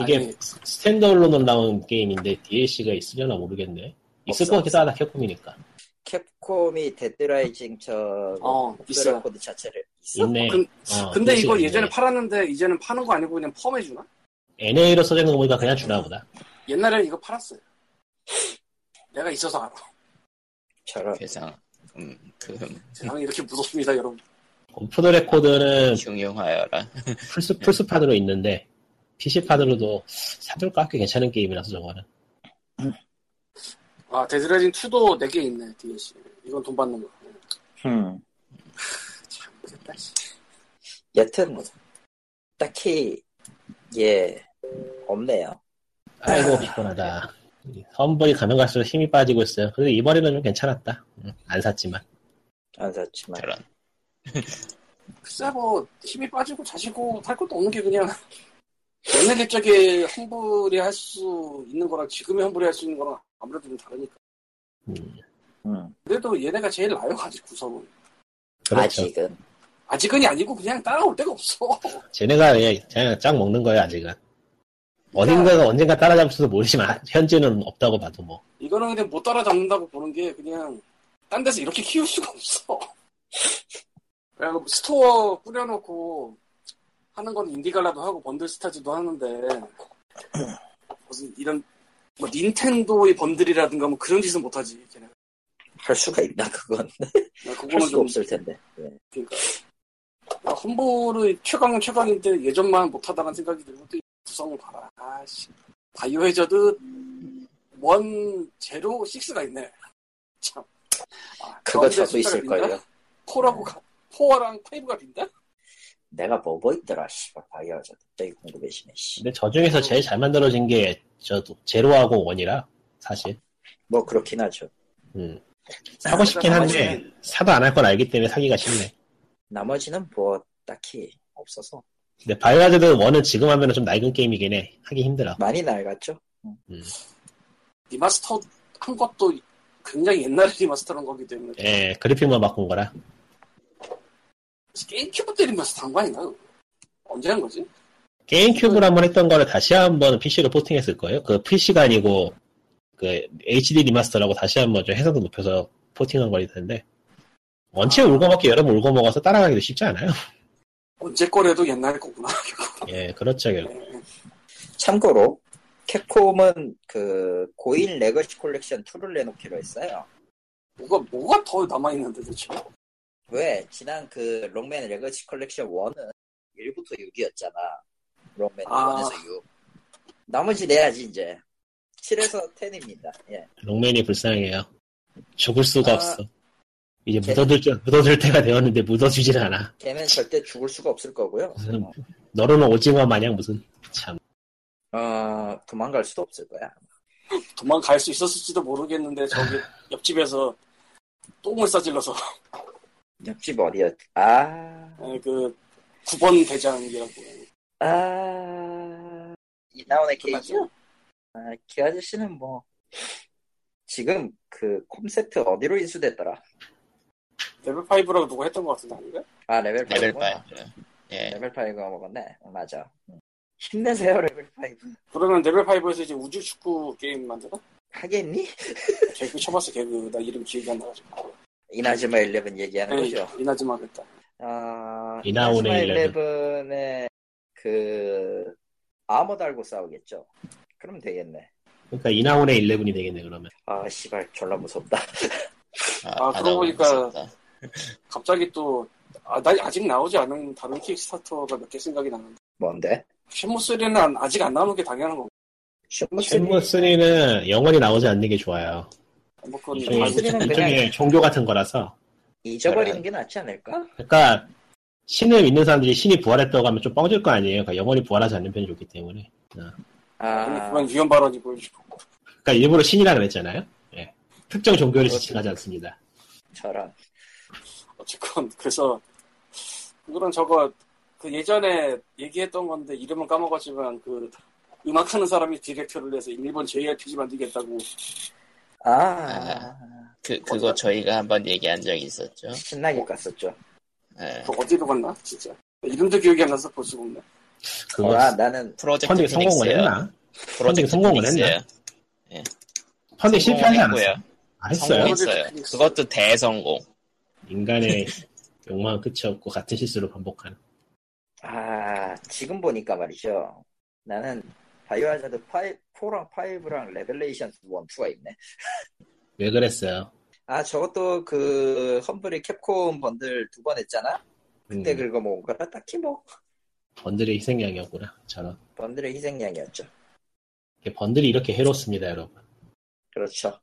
C: 이게
D: 아니,
C: 스탠드얼론으로 나온 게임인데 DLC가 있으려나 모르겠네 있을
B: 없어,
C: 것 같기도 하다 캡콤이니까
B: 캡콤이 데드라이징 저
D: 어 있어.
B: 레코드 자체를 있어? 아,
C: 있네
D: 근-
C: 어,
D: 그, 근데
C: DLC 가
D: 이거
C: 있네.
D: 예전에 팔았는데 이제는 파는 거 아니고 그냥 펌해 주나?
C: NA로 써있는 거 보니까 그냥 주나 보다.
D: 옛날에는 이거 팔았어요. 내가 있어서 알아.
B: 저런
A: 세상 음, 그
D: 세상이 이렇게 무섭습니다, 여러분.
C: 오프 더 레코드는
A: 흉흉하여라
C: 아, 플스,
B: 네.
C: 플스판으로 있는데, PC판으로도 사둘까? 꽤 괜찮은 게임이라서 저거는.
D: 아 데드라이징 2도 4개 있네 DLC. 이건 돈 받는 거.
B: 음.
D: 참 됐다. 씨.
B: 여튼 뭐, 딱히 예 없네요
C: 아이고, 피곤하다. 선불이 가면 갈수록 힘이 빠지고 있어요. 그래도 이번에는 좀 괜찮았다. 응, 안 샀지만.
B: 안 샀지만
A: 저런
D: 글쎄 뭐 힘이 빠지고 자시고 할 것도 없는 게 그냥 옛날 옛적에 환불이 할 수 있는 거랑 지금의 환불이 할 수 있는 거랑 아무래도 좀 다르니까
C: 음,
B: 음.
D: 그래도 얘네가 제일 나아요 아직 구성은
C: 그렇죠.
B: 아직은
D: 아직은이 아니고 그냥 따라올 데가 없어
C: 쟤네가 그냥, 그냥 짱 먹는 거예요, 아직은. 어딘가가 언젠가 따라잡을지도 모르지만, 현재는 없다고 봐도 뭐.
D: 이거는 그냥 못 따라잡는다고 보는 게 그냥 딴 데서 이렇게 키울 수가 없어 그냥 뭐 스토어 꾸려놓고 하는 건 인디갈라도 하고 번들스타즈도 하는데 무슨 이런 뭐 닌텐도의 번들이라든가 뭐 그런 짓은 못하지 걔네
B: 할 수가 있나 그건
D: 나
B: 할
D: 그거는
B: 수가
D: 좀
B: 없을 텐데 예.
D: 그러니까 나 험불의 최강은 최강인데 예전만 못하다는 생각이 들고 또 구성을 봐라. 아씨 바이오 해저드 원 제로 식스가 있네. 참. 아,
B: 그거
D: 가운데
B: 저도
D: 숫자가
B: 있을
D: 빈다?
B: 거예요
D: 포라고
B: 네.
D: 가, 포어랑 페이브가 빈다?
B: 내가 뭐 뭐 있더라 씨발 바이오 저 갑자기 궁금해지네 씨.
C: 근데 저 중에서 제일 잘 만들어진 게, 저, 제로하고 원이라, 사실.
B: 뭐 그렇긴 하죠
C: 음. 사고 싶긴 한데, 사도 안 할 걸 알기 때문에 사기가 쉽네.
B: 나머지는 뭐 딱히 없어서
C: 근데 바이오하드는 원은 지금 하면 좀 낡은 게임이긴 해. 하기 힘들어.
B: 많이 낡았죠.
D: 리마스터 한 것도 굉장히 옛날 리마스터한 거기 때문에
C: 예, 그래픽만 바꾼 거라.
D: 게임큐브 때 리마스터 한거 아닌가? 언제 한 거지?
C: 게임큐브로 한번 했던 거를 다시 한번 PC로 포팅했을 거예요. 그 PC가 아니고 그 HD 리마스터라고 다시 한번 좀 해상도 높여서 포팅한 거일 텐데 원체 울고먹기 여러 번 울고먹어서 따라가기도 쉽지 않아요.
D: 언제 거래도 옛날 거구나.
C: 예, 그렇죠. 결국.
B: 참고로 캡콤은 그 고인 레거시 콜렉션 2를 내놓기로 했어요.
D: 뭐가 뭐가 더 남아 있는데 대체?
B: 왜 지난 그 롱맨 레거시 collection 1은 1부터 6이었잖아. 롱맨
D: 아.
B: 1에서 6. 나머지 내야지 이제. 7에서 10입니다. 예.
C: 롱맨이 불쌍해요. 죽을 수가
B: 아.
C: 없어. 이제 묻어들, 줄- 묻어들 때가 되었는데 묻어주질 않아.
B: 걔는 절대 죽을 수가 없을 거고요.
C: 무슨- 너로는 오징어 마냥 무슨 참
B: 어, 도망갈 수도 없을 거야.
D: 도망갈 수 있었을지도 모르겠는데 저기 옆집에서 똥을 싸질러서
B: 옆집 어디였? 아,
D: 예, 그 9번 대장이라고
B: 아, 이나온의 케이지.
D: 그 맞죠?
B: 아, 걔 아저씨는 뭐 지금 그 콤세트 어디로 인수됐더라?
D: 레벨 5라고 누가 했던 것 같은데 아닌가?
B: 아 레벨 5.
A: 레벨 5. 예.
B: 레벨 5가 먹었네. 어, 맞아. 힘내세요 레벨 5.
D: 그러면 레벨 5에서 이제 우주 축구 게임 만드나?
B: 하겠니?
D: 개그 쳐봤어 개그 나 이름 기억이 안 나가지고. 예,
B: 이나즈마 11
C: 아,
B: 얘기하는
C: 그렇죠.
D: 에이,
B: 거죠.
D: 이나즈마겠다.
B: 아,
C: 이나온의
B: 이나즈마 11의 그 아머 달고 싸우겠죠. 그럼 되겠네.
C: 그러니까 이나온의 11이 되겠네 그러면
B: 아 씨발 졸라 무섭다.
D: 아,
A: 다
D: 그러고
A: 나오고
D: 보니까-
A: 있었다.
D: 갑자기 또 아, 나 아직 나오지 않은 다른 킥스타터가 몇 개 생각이 나는데
B: 뭔데?
D: 쉐무 3는 아직 안 나오는 게 당연한 거고.
A: 음.
C: 쉐무 3는 영원히 나오지 않는 게 좋아요
D: 뭐 그건
B: 쉐무
D: 알고
B: 쓰리는
C: 일종의,
B: 네, 그냥-
C: 일종의 종교 같은 거라서
B: 잊어버리는 게 낫지 않을까?
C: 그러니까 신을 믿는 사람들이 신이 부활했다고 하면 좀 뻥질 거 아니에요 그러니까 영원히 부활하지 않는 편이 좋기 때문에
D: 아니,
B: 아,
D: 그건 위험 발언이 보여주고.
C: 그러니까 일부러 신이라 그랬잖아요 예. 특정 종교를
A: 그렇죠.
C: 지칭하지
A: 어,
C: 않습니다
A: 아,
B: 저런.
D: 어쨌건, 그래서, 그런 저거, 그 예전에 얘기했던 건데, 이름은 까먹었지만, 그, 음악하는 사람이 디렉터를 해서 일본 JRPG 만들겠다고.
B: 아,
A: 그, 그거 저희가 한번 얘기한 적이 있었죠.
B: 신나게 갔었죠.
A: 예.
D: 그 어디로 갔나? 진짜. 이름도 기억이 안 나서 볼 수가 없네.
C: 그거
B: 아, 나는
A: 프로젝트
C: 펀딩 성공을
A: 피닉스예요.
C: 했나?
A: 프로젝트
C: 성공을
A: 피닉스예요.
C: 했나? 펀딩 실패하지
A: 성공했고요.
C: 않았어요? 아, 했어요?
A: 성공했어요.
D: 피닉스.
A: 그것도 대성공.
C: 인간의 욕망은 끝이 없고 같은 실수를 반복하는
B: 아, 지금 보니까 말이죠. 나는 바이오하자드 4랑 5랑 레벨레이션 1, 2가 있네.
C: 왜 그랬어요?
B: 아, 저것도 그 험블이 캡콤 번들 두 번 했잖아? 그때
C: 음,
B: 긁어 모은 거라 딱히 뭐
C: 번들의 희생양이었구나 저런
B: 번들의 희생양이었죠.
C: 이게 번들이 이렇게 해롭습니다, 여러분.
B: 그렇죠.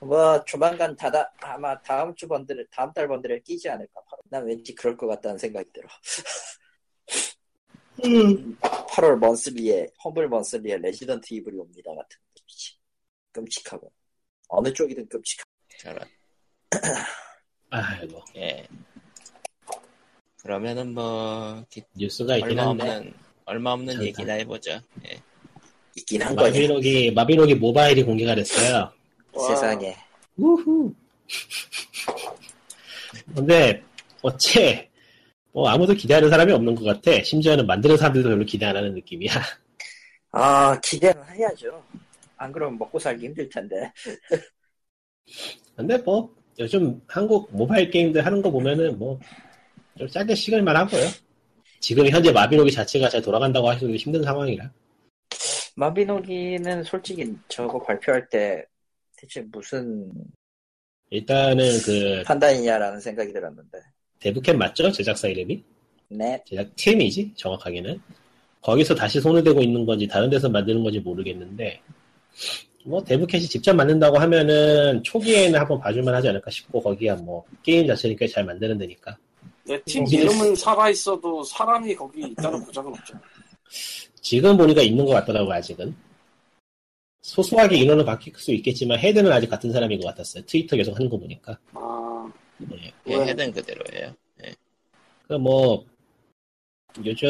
B: 뭐 조만간 다다 아마 다음 주 번들을 다음 달 번들을 끼지 않을까. 바로. 난 왠지 그럴 것 같다는 생각이 들어. 8월 먼슬리에 험블 먼슬리에 레지던트 이블이 옵니다 같은 느낌이지. 끔찍하고 어느 쪽이든 끔찍하고
A: 저런.
C: 아이고,
A: 예. 그러면은 뭐 기-
C: 뉴스가 아, 있긴
A: 얼마
C: 한데.
A: 없는 얼마 없는
C: 잠깐.
A: 얘기나 해보죠. 예.
B: 있긴 한 거지.
C: 마비노기, 마비노기 모바일이 공개가 됐어요.
D: 와,
B: 세상에
C: 우후. 근데, 어째, 뭐, 아무도 기대하는 사람이 없는 것 같아. 심지어는 만드는 사람들도 별로 기대 안 하는 느낌이야.
B: 아 기대는 해야죠. 안 그러면 먹고 살기 힘들 텐데.
C: 근데 뭐, 요즘 한국 모바일 게임들 하는 거 보면은 뭐, 좀 짧게 식을만 하고요. 지금 현재 마비노기 자체가 잘 돌아간다고 하기도 힘든 상황이라.
B: 마비노기는 솔직히 저거 발표할 때 대체 무슨
C: 일단은 그,
B: 판단이냐라는 생각이 들었는데.
C: 데브캠 맞죠? 제작사 이름이?
B: 네.
C: 제작 팀이지 정확하게는 거기서 다시 손을 대고 있는 건지 다른 데서 만드는 건지 모르겠는데 뭐 데브캣이 직접 만든다고 하면은 초기에는 한번 봐줄만 하지 않을까 싶고 거기야 뭐 게임 자체니까 잘 만드는 데니까
D: 내 팀 이름은 살아있어도 사람이 거기 있다는 보장은 없죠.
C: 지금 보니까 있는 것 같더라고 아직은 소소하게 인원은 바뀔 수 있겠지만 헤드는 아직 같은 사람인 것 같았어요 트위터 계속 하는 거 보니까
D: 아,
A: 예,
D: 왜?
A: 헤드는 그대로예요.
C: 그러니까 그뭐 요즘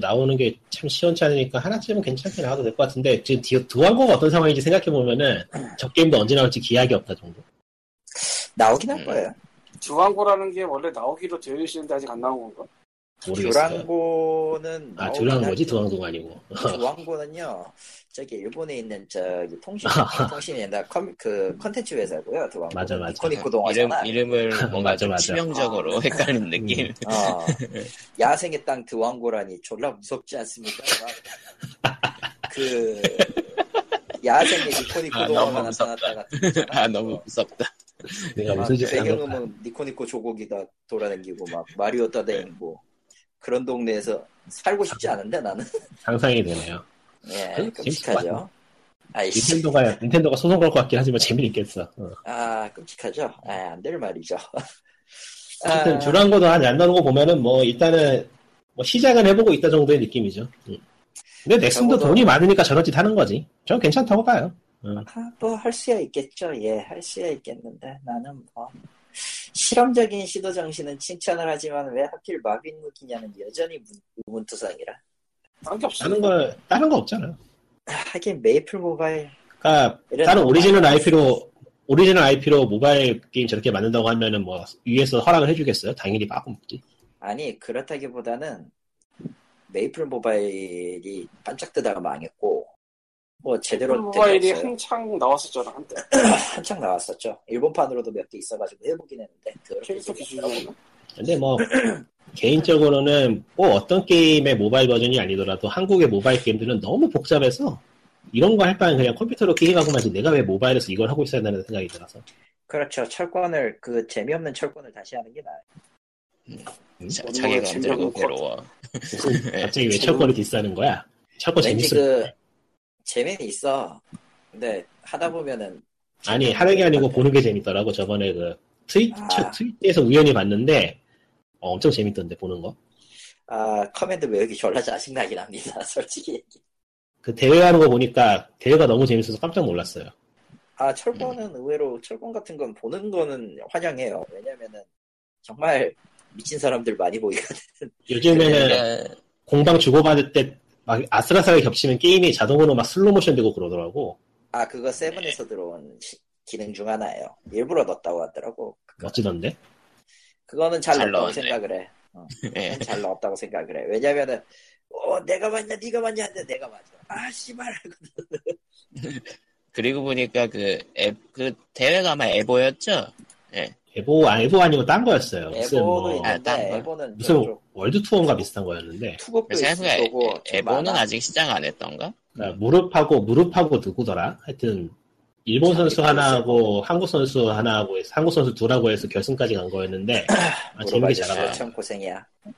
C: 나오는 게 참 시원찮으니까 하나쯤은 괜찮게 나와도 될 것 같은데 지금 디- 두왕고가 어떤 상황인지 생각해 보면은 저 게임도 언제 나올지 기약이 없다 정도.
B: 나오긴
A: 음.
B: 할 거예요.
D: 주황고라는 게 원래 나오기로 되어 있는데 아직 안 나온 건가?
C: 모르겠어요.
B: 듀랑고는
C: 아
B: 나오긴
C: 두랑고지
B: 하죠.
C: 두왕도가 아니고. 어,
B: 두왕고는요, 저기 일본에 있는 저기 통신 통신이 아니라 컴, 그 컨텐츠 회사고요. 두왕고
C: 맞아, 맞아.
B: 이코니코 동화잖아.
A: 이름, 이름을 뭔가
C: 맞아, 음.
A: 좀
C: 맞아.
A: 치명적으로 헷갈리는 느낌.
B: 어, 야생의 땅 드왕고라니 졸라 무섭지 않습니까? 막 그 야생의 니코니코
A: 아,
B: 동화가
A: 너무 무섭다.
B: 나타났다 같은 거잖아.
A: 아, 너무 무섭다.
C: 내가
B: 막
C: 무슨 짓을 한 걸까?
B: 배경음은 니코니코 조곡이다 돌아다니고 막 마리오 따다니고 그런 동네에서 살고 싶지 않은데 나는
C: 상상이 되네요.
B: 예
C: 아니, 아, 재밌을 것
B: 끔찍하죠. 아이씨
C: 닌텐도가 닌텐도가 소송 걸것 같긴 하지만 재미있겠어. 어.
B: 아 끔찍하죠. 아안될 말이죠.
C: 어쨌든
B: 아,
C: 두랑고도 한 안 나오는 거 보면은 뭐 일단은 뭐 시작은 해보고 있다 정도의 느낌이죠. 음. 근데 넥슨도
B: 적어도-
C: 돈이 많으니까 저런 짓 하는 거지. 전 괜찮다고 봐요.
B: 아, 뭐할 수야 있겠죠. 예, 할 수야 있겠는데 나는 뭐 실험적인 시도 정신은 칭찬을 하지만 왜 하필 마빈 무기냐는 여전히 문- 의문투성이라.
D: 딴게 없어.
C: 다른 거 다른 거 없잖아.
B: 아, 하긴 메이플 모바일
C: 그러니까
B: 이런 아,
C: 다른
B: 거
C: 오리지널
B: 많이
C: IP로 오리지널 IP로 모바일 게임 저렇게 만든다고 하면은 뭐 위에서 허락을 해주겠어요? 당연히 빠고 먹지.
B: 아니 그렇다기보다는 메이플 모바일이 반짝 뜨다가 망했고 뭐 제대로 된 게
D: 모바일이
B: 없어요.
D: 한창 나왔었잖아 한때
B: 한창 나왔었죠. 일본판으로도 몇 개 있어가지고 해보긴 했는데 그렇게
D: 캐릭터
B: 되지
D: 기준으로
B: 않더라고요.
C: 근데 뭐 개인적으로는 뭐 어떤 게임의 모바일 버전이 아니더라도 한국의 모바일 게임들은 너무 복잡해서 이런 거 할 바엔 그냥 컴퓨터로 게임하고 만지 내가 왜 모바일에서 이걸 하고 있어야 되는 생각이 들어서
B: 그렇죠. 철권을 그 재미없는 철권을 다시 하는 게 나아요.
A: 자,
D: 뭔가
A: 자기가 힘들고
D: 재미없는 것
A: 괴로워.
C: 무슨
A: 네.
C: 갑자기 왜 철권을 디스하는 거야? 철권
B: 왠지
C: 재밌어.
B: 그 재미는 있어. 근데 하다 보면은
C: 아니 하는 게 아니고 보는 게 재밌더라고 저번에 그 트위
B: 아.
C: 처- 트위터에서 우연히 봤는데 어, 엄청 재밌던데 보는 거.
B: 아 커맨드 외우기 졸라 짜증나긴 합니다. 솔직히 얘기.
C: 그 대회하는 거 보니까 대회가 너무 재밌어서 깜짝 놀랐어요.
B: 아 철권은 의외로 철권 같은 건 보는 거는 환영해요. 왜냐면은 정말 미친 사람들 많이 보이거든. 네,
C: 요즘에는
A: 그러니까
C: 공방 주고받을 때 막 아슬아슬하게 겹치면 게임이 자동으로 막 슬로모션 되고 그러더라고.
B: 아 그거 세븐에서 들어온 시- 기능 중 하나예요. 일부러 넣었다고 하더라고.
C: 멋지던데?
B: 그거는 잘,
A: 잘
B: 넣었다고
A: 넣었네.
B: 생각을 해.
A: 예.
B: 그건 잘 넣었다고 생각을 해. 왜냐면은 어 내가 맞냐 네가 맞냐 하는데 내가 맞아. 아 씨발.
A: 그리고 보니까 그, 앱, 그 대회가 아마 에보였죠?
C: 에보, 아, 에보 아니고 딴 거였어요. 무슨,
B: 에보도
C: 뭐,
A: 아, 딴
B: 있는데
A: 거.
B: 에보는
C: 무슨
B: 저쪽
C: 월드투어인가 비슷한 거였는데,
B: 투복도 있을
A: 생각보다 에-
B: 거고
A: 에-
B: 좀
A: 에보는
B: 많아.
A: 아직 시작 안 했던가?
C: 그러니까 무릎하고, 무릎하고 누구더라? 하여튼, 일본 선수 하나하고, 한국 선수 하나하고, 해서, 한국 선수 둘하고 해서 결승까지 간 거였는데, 아, 재밌게
B: 물어봐줘서
C: 잘하고.
B: 참 고생이야.
A: 네,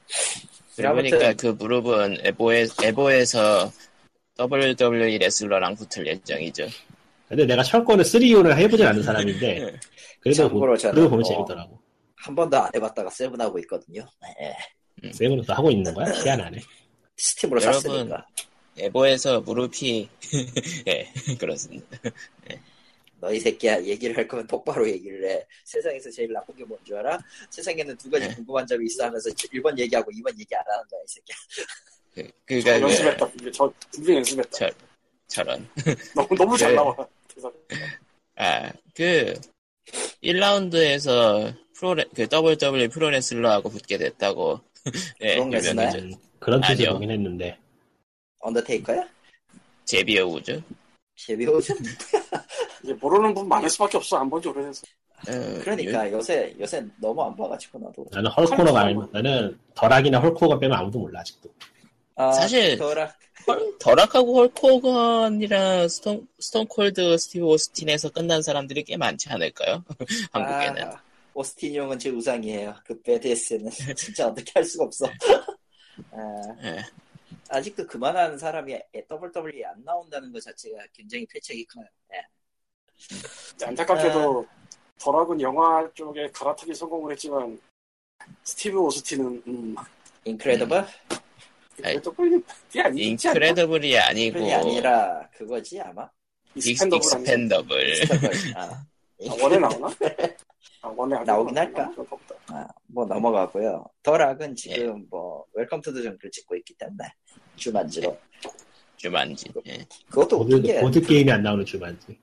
A: 그러고
B: 아무튼-
A: 보니까 그 무릎은 에보에, 에보에서 WWE 레슬러랑 붙을 예정이죠.
C: 근데 내가 철권을 3U를 해보진 않은 사람인데, 그래도
B: 참고로 저는
C: 그러고 보면
B: 뭐-
C: 재밌더라고.
B: 한 번도 안 해봤다가 세븐하고 있거든요. 예.
C: 세븐은 또 하고 있는 거야? 희한하네.
B: 스팀으로
A: 여러분.
B: 샀으니까.
A: 에보에서 무릎이, 예, 그렇습니다.
B: 너희 새끼야 얘기를 할 거면 똑바로 얘기를 해. 세상에서 제일 나쁜 게 뭔 줄 알아? 세상에는 두 가지
A: 네.
B: 궁금한 점이 있어 하면서 1번 얘기하고 2번 얘기 안 하는 거야 이 새끼야.
A: 그,
D: 저
A: 그니까, 그,
D: 연습했다 분명- 저 분명히 연습했다
A: 저, 저런.
D: 너무, 너무 잘
A: 네.
D: 나와
A: 아, 그, 1라운드에서 프로레, 그 WWE 프로레슬러하고 붙게 됐다고. 예,
B: 프로레슬러야?
A: 유명해져.
C: 음, 그런 뜻이
A: 아니요.
C: 보긴 했는데.
B: 언더테이커야?
A: 제비어 우즈?
B: 제비호즈?
D: 이제 모르는 분 많을 수밖에 없어 안 본지 오래돼서
A: 어,
B: 그러니까 요새 요새 너무 안 봐가지고 나도.
C: 나는 헐코너 말고, 나는 덜악이나 헐코가 빼면 아무도 몰라, 아직도.
B: 아,
A: 사실-
B: 더라
A: 헐- 더락하고 헐코건이랑 스톤, 스톤콜드 스티브 오스틴에서 끝난 사람들이 꽤 많지 않을까요? 한국에는.
B: 아, 오스틴 형은 제 우상이에요. 그 배드에스는 진짜 어떻게 할 수가 없어. 아,
A: 예.
B: 아직도 그만한 사람이 WWE 안 나온다는 것 자체가 굉장히 패착이 커요. 예. 네.
D: 안타깝게도 더락은 영화 쪽에 갈아타기 성공을 했지만 스티브 오스틴은 음,
B: 인크레더블?
A: 음,
D: 그래도 뭐 꿀이 아니지 않나?
A: 인크레더블이 아니고,
B: 그게 아니라 그거지 아마?
A: 익스,
D: 익스펜더블 아니야?
A: 네. 익스펜더블.
B: 인스타그램. 아,
D: 아, 원에 나오나? 아, 원래
B: 나오긴
D: 아직
B: 할까?
D: 나온 것 같다.
B: 뭐 넘어가고요.
A: 네.
B: 더락은 지금 뭐 웰컴 투 더 정글 찍고 있기 때문에 주만지로
A: 네. 주만지. 예.
B: 그것도 웃긴
C: 보드,
B: 게
C: 보드 게임이 안 나오는 주만지.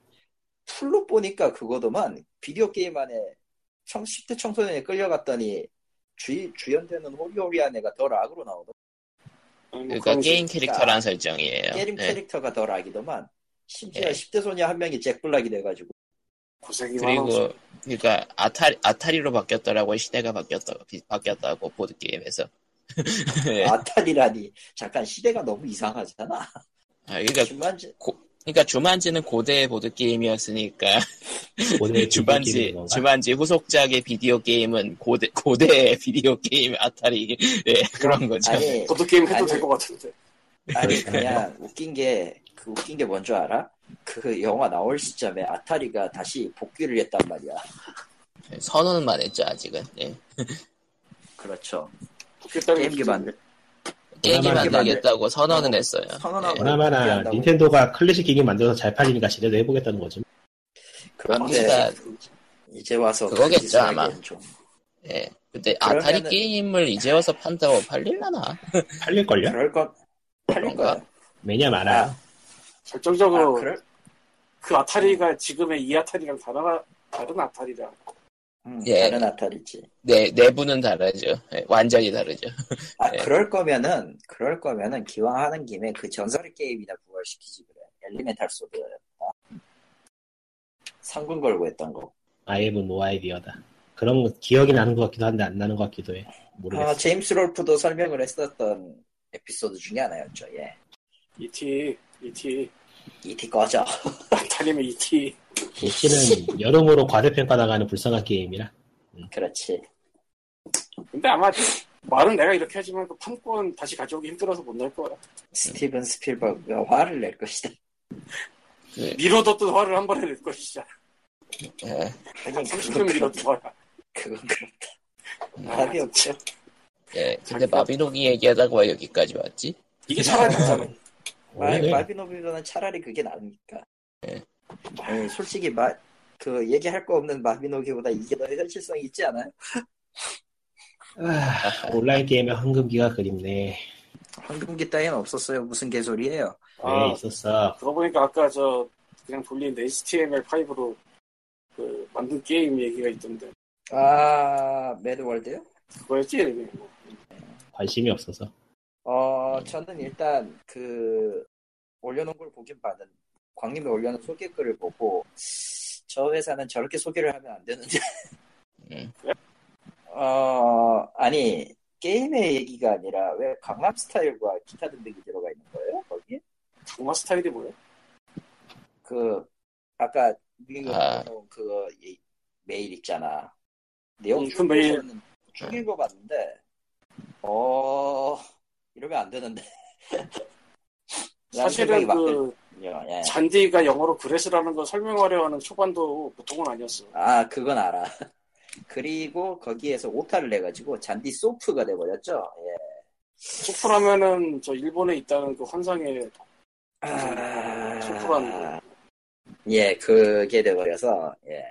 B: 풀로 보니까 그거도만 비디오 게임 안에 청, 10대 청소년이 끌려갔더니 주, 주연되는 호리호리한 애가 더 락으로 나오고
D: 아니, 뭐
A: 그러니까
D: 그런
A: 게임
D: 식-
A: 캐릭터란 설정이에요.
B: 게임
A: 예.
B: 캐릭터가 더 락이더만 심지어
A: 예.
B: 10대 소녀 한 명이 잭블락이 돼가지고
D: 고생이 많아서
A: 그리고 그러니까 아타리 아타리로 바뀌었더라고 시대가 바뀌었다 비- 바뀌었다고 보드 게임에서. 예.
B: 아탈이라니 잠깐 시대가 너무 이상하잖아
A: 아, 그러니까
B: 주만지
A: 그러니까 주만지는 고대 보드 게임이었으니까
C: 보드
A: 주만지
C: 뭐,
A: 주만지 후속작의 비디오 게임은 고대 고대 비디오 게임 아타리 예, 그런 거죠.
B: 아니
D: 보드게임 해도
B: 아니.
D: 될 것 같은데
B: 아니 그냥 웃긴 게 그 웃긴 게 뭔 줄 알아? 그 영화 나올 시점에 아타리가 다시 복귀를 했단 말이야
A: 네. 선언만 했죠 아직은. 예.
B: 그렇죠
D: 그따위
B: 게임기 만들
A: 그렇죠. 게임이
C: 그나마
A: 만들겠다고 선언은 했어요. 예.
B: 선언하고
C: 그나마나
B: 복귀한다고.
C: 닌텐도가 클래식 기기 만들어서 잘 팔리니까 지네도 해보겠다는 거죠.
B: 그런데
A: 그러니까
B: 이제 와서
A: 그거겠죠,
B: 그 짓을
A: 아마.
B: 하기엔 좀
A: 예. 근데
B: 그러면은-
A: 아타리 게임을 이제 와서 판다고 팔릴라나?
C: 팔릴걸요?
B: 그럴 건 팔릴
A: 그런가?
B: 거야
C: 매냐 많아요.
B: 아, 아
A: 예.
D: 결정적으로
B: 그럴?
D: 그 아타리가 지금의 이 아타리랑 다른, 다른 아타리라
B: 음,
A: 예.
B: 다른 아타리지
A: 네, 내부는 다르죠. 예, 완전히 다르죠.
B: 아
A: 예.
B: 그럴 거면은 그럴 거면은 기왕 하는 김에 그 전설의 게임이나 부활시키지 그래 엘리멘탈 소드 상금 걸고 했던 거
C: 아이브 노 아이디어다. 그런 거 기억이 나는 것 같기도 한데 안 나는 것 같기도 해. 모르겠어.
B: 아, 제임스 롤프도 설명을 했었던 에피소드 중에 하나였죠 예
D: E ET ET
B: 이티 꺼져
D: 아타리면 E ET
C: 이치는 여러모로 과대평가 나가는 불쌍한 게임이라.
B: 음. 그렇지
D: 근데 아마 말은 내가 이렇게 하지만 그 판권 다시 가져오기 힘들어서 못 낼 거야
B: 스티븐 스필버그가 화를 낼 것이다
D: 밀어뒀던 화를 한 번에 낼 것이자
A: 예.
B: 하긴 그건
D: 30분
B: 그렇다
D: 밀어둔 화야
B: 그건 그렇다
D: 아,
B: 답이 없죠
A: 예, 근데 마비노기 얘기하다가 왜 여기까지 왔지?
D: 이게 차라리 낫잖아
B: 마,
C: 원래
B: 마비노비보다는 차라리 그게 나으니까. 네.
A: 예.
B: 아니, 솔직히 마, 그 얘기할 거 없는 마비노기보다 이게 더 현실성이 있지 않아요?
C: 아, 온라인 게임의 황금기가 그립네.
B: 황금기 따위는 없었어요. 무슨 개소리예요?
C: 왜
D: 아,
C: 있었어?
D: 그러고 보니까 아까 저 그냥 돌린 HTML5로 그 만든 게임 얘기가 있던데
B: 아, 매드월드요?
D: 그거였지? 이게 뭐.
C: 관심이 없어서.
B: 어, 저는 일단 그 올려놓은 걸 보긴 봤는데 광님이 올려놓은 소개글을 보고 저 회사는 저렇게 소개를 하면 안 되는데.
A: 음.
B: 어, 아니 게임의 얘기가 아니라 왜 강남 스타일과 기타 등등이 들어가 있는 거예요? 거기?
D: 강화 스타일이 뭐야?
B: 그 아까 우리가
A: 아.
B: 보는 그 이- 메일 있잖아. 내용
D: 음,
B: 쭉
D: 그 메일.
B: 읽어봤는- 쭉 읽어봤는데 어 이러면 안 되는데. 라는 생각이
D: 사실은
B: 막
D: 그
B: 들거든요. 예.
D: 잔디가 영어로 그레스라는 걸 설명하려 하는 초반도 보통은 아니었어.
B: 아 그건 알아. 그리고 거기에서 오타를 내가지고 잔디 소프가 돼버렸죠. 예.
D: 소프라면은 저 일본에 있다는 그 환상의
B: 아.
D: 소프라는
B: 예, 그게 돼버려서 예.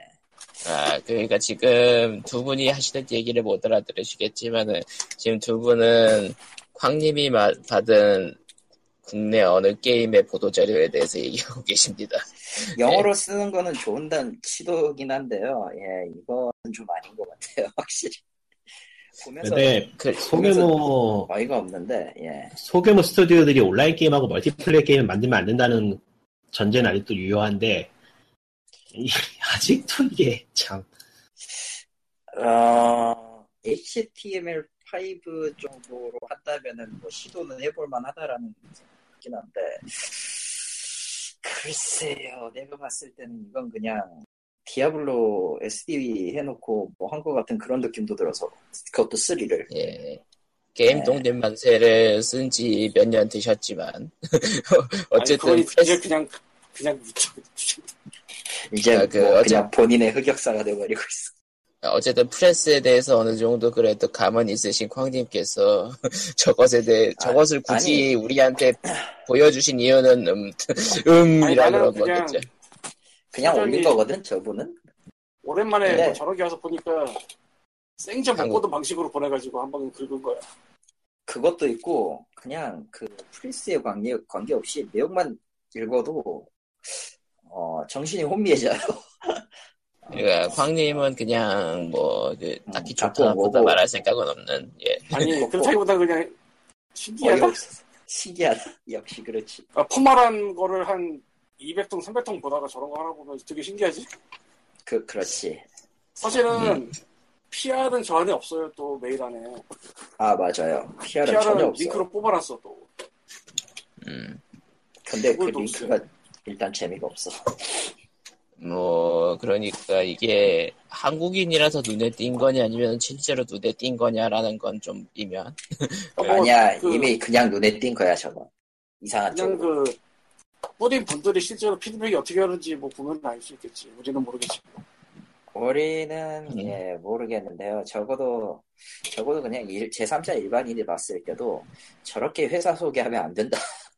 A: 아, 그러니까 지금 두 분이 하시는 얘기를 못 알아들으시겠지만은 지금 두 분은 광님이 마- 받은 국내 어느 게임의 보도 자료에 대해서 얘기하고 계십니다.
B: 영어로
A: 네.
B: 쓰는 거는 좋은 단 시도긴 한데요. 예, 이거는 좀 아닌 것 같아요, 확실히. 보면서
C: 근데
A: 그
C: 소규모
B: 어이가 없는데, 예.
C: 소규모 스튜디오들이 온라인 게임하고 멀티플레이 게임을 만들면 안 된다는 전제는 아직도 유효한데 이- 아직도 이게 참
B: 어, HTML5 정도로 한다면은 뭐 시도는 해볼 만하다라는 생각이긴 한데, 글쎄요, 내가 봤을 때는 이건 그냥 디아블로 SD 해놓고 뭐 한 것 같은 그런 느낌도 들어서, 그것도 3를.
A: 예.
D: 네.
A: 게임 동님 만세를 쓴 지 몇 년 되셨지만 어쨌든
D: 아니, 그건
A: 프레스
D: 이제 그냥 그냥
B: 이제
A: 아,
B: 뭐
A: 그
B: 그냥
A: 어차-
B: 본인의 흑역사가 돼버리고 있어.
A: 어쨌든 프레스에 대해서 어느 정도 그래도 감은 있으신 광님께서 저것에 대해
D: 아,
A: 저것을 굳이 우리한테 보여주신 이유는 음,
D: 아니,
A: 음이라 그런
D: 나는 그냥
A: 거겠죠.
B: 그냥
D: 사전이-
B: 올린 거거든 저분은
D: 오랜만에 뭐
B: 네.
D: 저러게 와서 보니까 생전 못
A: 한국.
D: 보던 방식으로 보내가지고 한 방에 긁은 거야.
B: 그것도 있고 그냥 그 프리스에 관계 관계없이 내용만 읽어도 어 정신이 혼미해져요.
A: 그러니까 광님은 그냥 뭐 그,
B: 음,
A: 딱히
B: 갖고
A: 좋다 보다
B: 오고.
A: 말할 생각은 없는 예
D: 아니 그렇다기보다 그냥 신기하다.
B: 어이없어. 신기하다. 역시 그렇지.
D: 아, 포말한 거를 한 200통, 300통 보다가 저런 거 하나 보면 되게 신기하지?
B: 그 그렇지. 음.
D: 사실은 PR은 저 안에 없어요, 또 메일 안에.
B: 아 맞아요. PR은 전혀
D: PR은
B: 없어.
D: 링크로 뽑아놨어, 또.
A: 음.
B: 근데 그
D: 그걸도
B: 링크가 일단 재미가 없어.
A: 음뭐 그러니까 이게 한국인이라서 눈에 띈 거냐 아니면 실제로 눈에 띈 거냐라는 건 좀 이면
D: 뭐,
B: 아니야
D: 그-
B: 이미 그냥 눈에 띈 거야 저거. 이상한 쪽.
D: 그냥 그, 뿌린 분들이 실제로 피드백이 어떻게 하는지 뭐 보면 알 수 있겠지. 우리는 모르겠지.
B: 우리는
A: 음.
B: 예 모르겠는데요. 적어도 적어도 그냥 일, 제3자 일반인이 봤을 때도 저렇게 회사 소개하면 안 된다.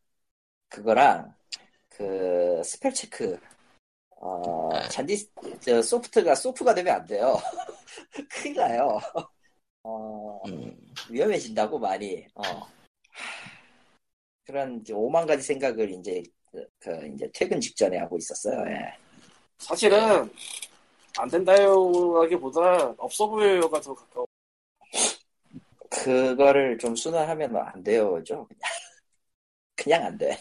B: 그거랑 그 스펠 체크 어 잔디 저 소프트가 소프가 되면 안 돼요. 큰일 나요. 어
A: 음,
B: 위험해진다고 많이. 어. 하, 그런 이제 오만 가지 생각을 이제 그, 그 이제 퇴근 직전에 하고 있었어요. 예.
D: 사실은, 안 된다요 하기보다 없어 보여요가 더 가까워.
B: 그거를 좀 순화하면 뭐 안 돼요죠. 그냥 그냥 안 돼.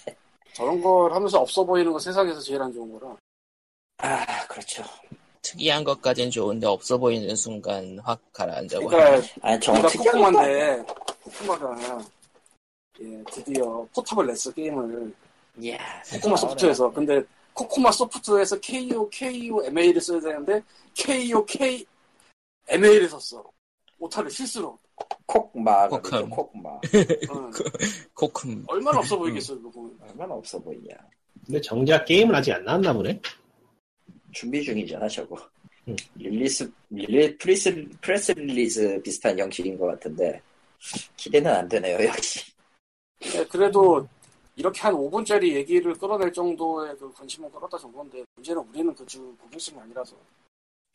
D: 저런 걸 하면서 없어 보이는 건 세상에서 제일 안 좋은 거라.
B: 아 그렇죠.
A: 특이한 것까진 좋은데 없어 보이는 순간 확 가라앉아고
D: 그러니까,
B: 아니 정
D: 우리가
B: 특이한 것도 아니야.
D: 코코마인데, 코코마가, 예, 드디어 포탑을 냈어, 게임을.
B: 아, 이야
D: 코코마 소프트에서. 근데 코코마 소프트에서 KO, KO, MA를 써야 되는데, KO, K, MA를 썼어. 오타를 실수로.
B: 콕마 그러니까
C: 뭐.
A: 콕함.
B: 콕마
D: 응.
A: 코쿰
D: 얼마나 없어 보이겠어, 이거 보면.
B: 얼마나 없어 보이냐.
C: 근데 정작 게임은 아직 안 나왔나 보네.
B: 준비 중이잖아 저거.
C: 음.
B: 릴리스 릴리 프리스 프레스 릴리즈 비슷한 형식인 것 같은데 기대는 안 되네요 역시.
D: 예, 그래도 이렇게 한 5분짜리 얘기를 끌어낼 정도의 그 관심은 끌었다 정도인데, 문제는 우리는 그주 고객층이 아니라서.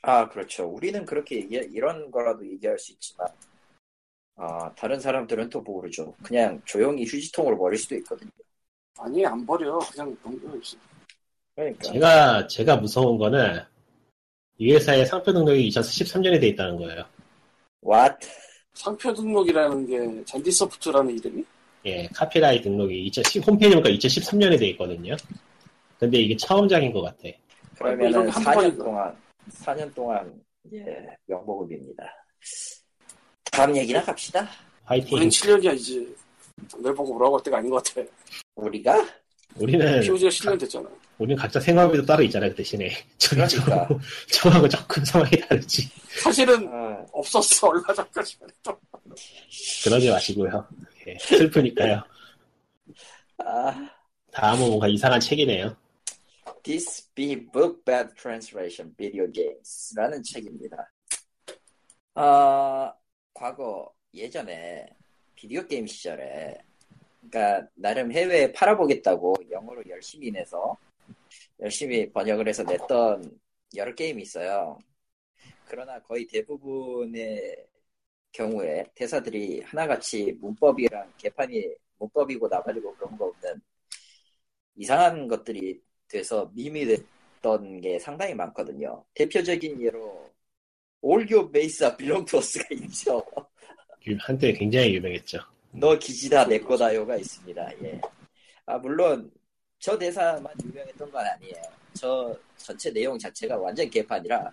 B: 아, 그렇죠. 우리는 그렇게 얘기, 이런 거라도 얘기할 수 있지만, 아, 다른 사람들은 또 모르죠. 그냥 조용히 휴지통으로 버릴 수도 있거든요.
D: 아니, 안 버려. 그냥 넘겨.
B: 그러니까,
C: 제가 제가 무서운 거는 이 회사의 상표 등록이 2013년에 돼 있다는 거예요.
B: what?
D: 상표 등록이라는 게, 잔디 소프트라는 이름이?
C: 예, 카피라이 등록이 2010 홈페이지 보니까 2013년에 돼 있거든요. 근데 이게 처음작인 것 같아.
D: 아이고, 뭐
B: 그러면은
D: 이런 거 한두
B: 4년
D: 번이구나.
B: 동안, 4년 동안, 예, 명복음입니다. 다음 얘기나 갑시다.
C: 화이팅.
D: 우린 7년이야, 이제. 내 보고 뭐라고 할 때가 아닌 것 같아.
B: 우리가?
C: 우리는
D: POG가 10년 됐잖아.
C: 우리는 각자 생활비도 따로 있잖아요. 그 대신에 저는
B: 그러니까.
C: 저하고 저하고 조금 상황이 다르지.
D: 사실은
B: 아,
D: 없었어 얼마 전까지만 해도
C: 그러지 마시고요. 예, 슬프니까요.
B: 아,
C: 다음은 뭔가 이상한 책이네요.
B: This Be Book Bad Translation Video Games라는 책입니다. 아, 과거 예전에 비디오 게임 시절에 그러니까 나름 해외에 팔아보겠다고 영어로 열심히 내서 열심히 번역을 해서 냈던 여러 게임이 있어요. 그러나 거의 대부분의 경우에 대사들이 하나같이 문법이랑 개판이 문법이고 나발이고 그런 거 없는 이상한 것들이 돼서 밈이 됐던 게 상당히 많거든요. 대표적인 예로 올교 베이스와 빌롱투어스가 있죠.
C: 유- 한때 굉장히 유명했죠.
B: 너 기지다 내 거다요가 있습니다. 예. 아 물론 저 대사만 유명했던 건 아니에요. 저 전체 내용 자체가 완전 개판이라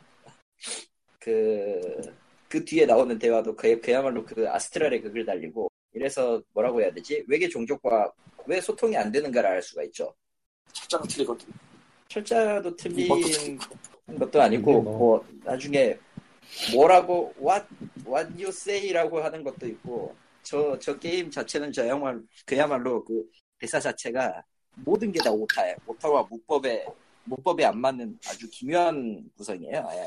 B: 그 그 뒤에 나오는 대화도 그, 그야말로 그 아스트랄의 극을 달리고 이래서 뭐라고 해야 되지? 외계 종족과 왜 소통이 안 되는가를 알 수가 있죠.
D: 철자가 틀리거든 뭐
B: 철자도 틀린
D: 이것도 틀리고
B: 것도 아니고
C: 뭐.
B: 뭐 나중에 뭐라고 what what you say라고 하는 것도 있고 저 저 게임 자체는 저야말로 그야말로 그 대사 자체가 모든 게 다 오타예요. 오타와 문법에 문법에 안 맞는 아주 기묘한 구성이에요. 예.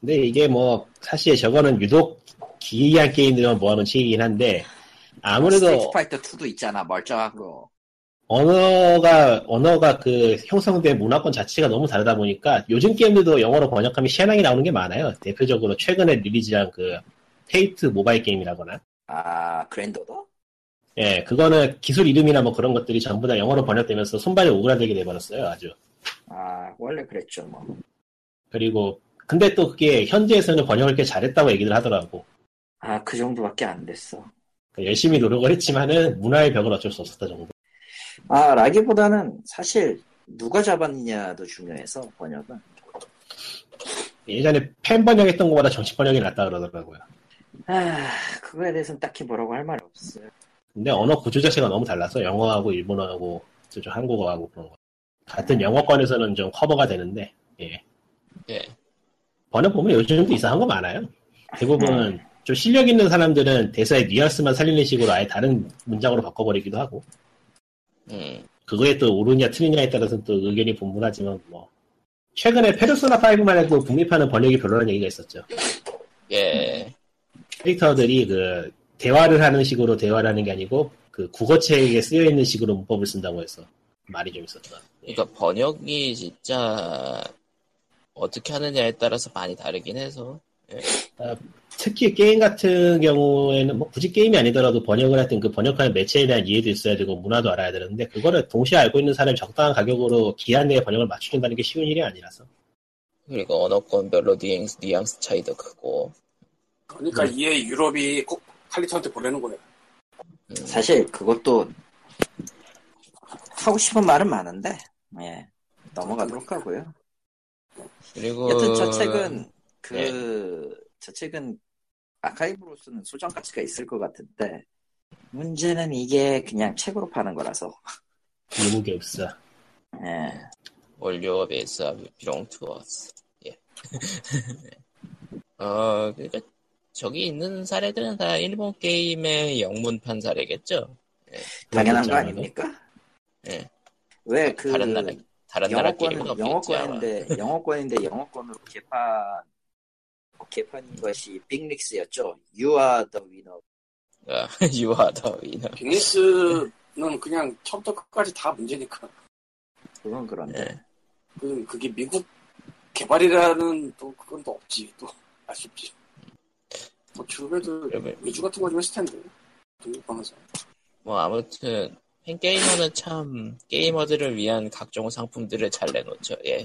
C: 근데 이게 뭐 사실 저거는 유독 기이한 게임들만 모아놓은 책이긴 한데 아무래도
B: 스트리트 파이터 2도 있잖아 멀쩡한 거.
C: 언어가 언어가 그 형성된 문화권 자체가 너무 다르다 보니까 요즘 게임들도 영어로 번역하면 시한하게 나오는 게 많아요. 대표적으로 최근에 릴리즈한 그 테이트 모바일 게임이라거나
B: 아 그랜드 오더?
C: 예 그거는 기술 이름이나 뭐 그런 것들이 전부 다 영어로 번역되면서 손발이 오그라들게 돼버렸어요 아주
B: 아 원래 그랬죠 뭐.
C: 그리고 근데 또 그게 현지에서는 번역을 꽤 잘했다고 얘기를 하더라고 그러니까
B: 아 그 정도밖에 안 됐어.
C: 열심히 노력을 했지만은 문화의 벽을 어쩔 수 없었다 정도
B: 아 라기보다는 사실 누가 잡았느냐도 중요해서 번역은.
C: 예전에 팬 번역했던 것보다 정식 번역이 낫다 그러더라고요
B: 아 그거에 대해서는 딱히 뭐라고 할 말이 없어요.
C: 근데 언어 구조 자체가 너무 달라서 영어하고 일본어하고 저쪽 한국어하고 그런 거 같은 영어권에서는 좀 커버가 되는데 예
A: 예.
C: 번역 보면 요즘도 이상한 거 많아요 대부분 좀 실력 있는 사람들은 대사의 뉘앙스만 살리는 식으로 아예 다른 문장으로 바꿔버리기도 하고
A: 음.
C: 그거에 또 옳으냐 틀리냐에 따라서는 또 의견이 분분하지만 뭐 최근에 페르소나 5만 해도 북미판은 번역이 별로라는 얘기가 있었죠
A: 예.
C: 캐릭터들이 그 대화를 하는 식으로 대화를 하는 게 아니고 그 국어책에 쓰여 있는 식으로 문법을 쓴다고 해서 말이 좀 있었다. 예.
A: 그러니까 번역이 진짜 어떻게 하느냐에 따라서 많이 다르긴 해서.
C: 특히 게임 같은 경우에는 뭐 굳이 게임이 아니더라도 번역을 할 땐 그 번역하는 매체에 대한 이해도 있어야 되고 문화도 알아야 되는데 그거를 동시에 알고 있는 사람이 적당한 가격으로 기한 내에 번역을 맞추준다는 게 쉬운 일이 아니라서
A: 그리고 언어권별로 뉘앙스, 뉘앙스 차이도 크고.
D: 그러니까 이에 유럽이 꼭 칼리터한테 보내는 거네.
A: 음.
B: 사실 그것도 하고 싶은 말은 많은데 예 넘어가도록 하고요.
A: 그리고
B: 여튼 저
A: 네.
B: 책은 그 저 책은 아카이브로서는 소장 가치가 있을 것 같은데 문제는 이게 그냥 책으로 파는 거라서
C: 미국에 없어.
B: 예
A: 원료 베이스 비롱 투어스. 예. 어, 그러니까 저기 있는 사례들은 다 일본 게임의 영문판 사례겠죠.
B: 당연한 거
C: 있잖아요.
B: 아닙니까?
A: 예.
B: 왜그
A: 다른 나라 다른 나라 게임은
B: 영어권은
A: 없겠지
B: 영어권인데 영어권인데 영어권으로 개판 개판인 것이 빅릭스였죠. You are the winner.
A: 아마. 유하다 위너.
D: 빅리스는 그냥 처음부터 끝까지 다 문제니까.
B: 그건 그런데
A: 예.
D: 그, 그게 미국 개발이라는 또 그건 또 없지. 또 아쉽지. 뭐 주변에도
A: 그러면
D: 위주 같은 거 좀 했을 텐데. 그 독립방에서.
A: 뭐 아무튼 팬 게이머는 참 게이머들을 위한 각종 상품들을 잘 내놓죠. 예.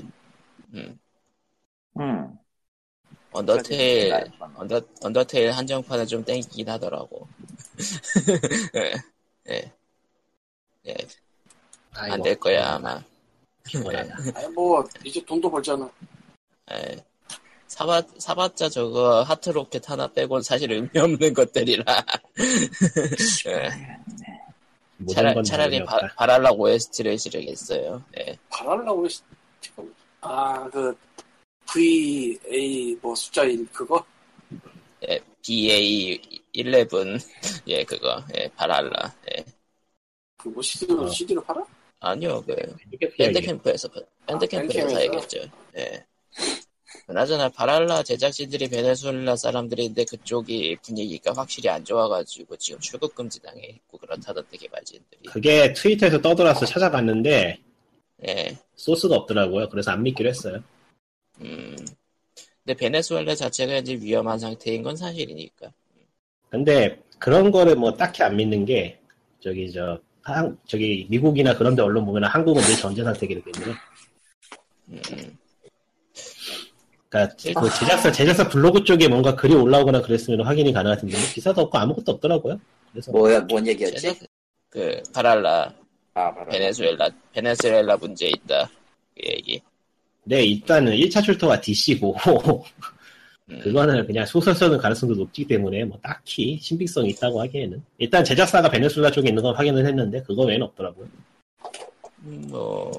A: 음.
B: 음.
A: 언더테일
B: 그러니까
A: 언더 언더테일 한정판은 좀 땡기긴 하더라고. 예. 예. 예. 안 될
C: 네.
A: 거야
C: 어,
A: 아마.
C: 피곤하다.
D: 아니 뭐 이제 돈도 벌잖아.
A: 예. 사봤 사봤자 저거 하트 로켓 하나 빼곤 사실 의미 없는 것들이라. 예.
C: 모든
A: 차라,
C: 건
A: 차라리 바,
C: 번역이었다.
A: 바랄라 OST를 지르겠어요. 예.
D: 바랄라고 지금 아그 VA 뭐 숫자 1 그거
A: 예, BA11 예 그거 예 바랄라 예
D: 그거 CD로
C: 어.
D: CD로 팔아?
A: 아니요 그
C: 이렇게 피하기.
A: 아, 밴드캠프에서 밴드캠프에서
D: 밴드캠프에서?
A: 사야겠죠 예 그나저나 바랄라 제작진들이 베네수엘라 사람들인데 그쪽이 분위기가 확실히 안 좋아가지고 지금 출국 금지 당해 있고 그렇다던데 개발진들이
C: 그게 트위터에서 떠돌아서 찾아봤는데 그
A: 예
C: 소스가 없더라고요. 그래서 안 믿기로 했어요.
A: 음. 근데 베네수엘라 자체가 이제 위험한 상태인 건 사실이니까
C: 근데 그런 거를 뭐 딱히 안 믿는 게 저기 저 한, 저기 미국이나 그런 데 언론 보면 한국은 늘 전제 상태이기 때문에
A: 음.
C: 그러니까 그 제작사 제작사 블로그 쪽에 뭔가 글이 올라오거나 그랬으면 확인이 가능할 텐데 기사도 없고 아무것도 없더라고요. 그래서
B: 뭐야 뭔 얘기였지?
A: 제작- 그 바랄라
B: 아 바로
A: 베네수엘라 베네수엘라 문제 있다 그 얘기
C: 네 일단은 1차 출토가 DC고
A: 음.
C: 그거는 그냥 소설 쓰는 가능성도 높기 때문에 뭐 딱히 신빙성이 있다고 하기에는 일단 제작사가 베네수엘라 쪽에 있는 건 확인을 했는데 그거 외에는 없더라고요.
A: 음, 뭐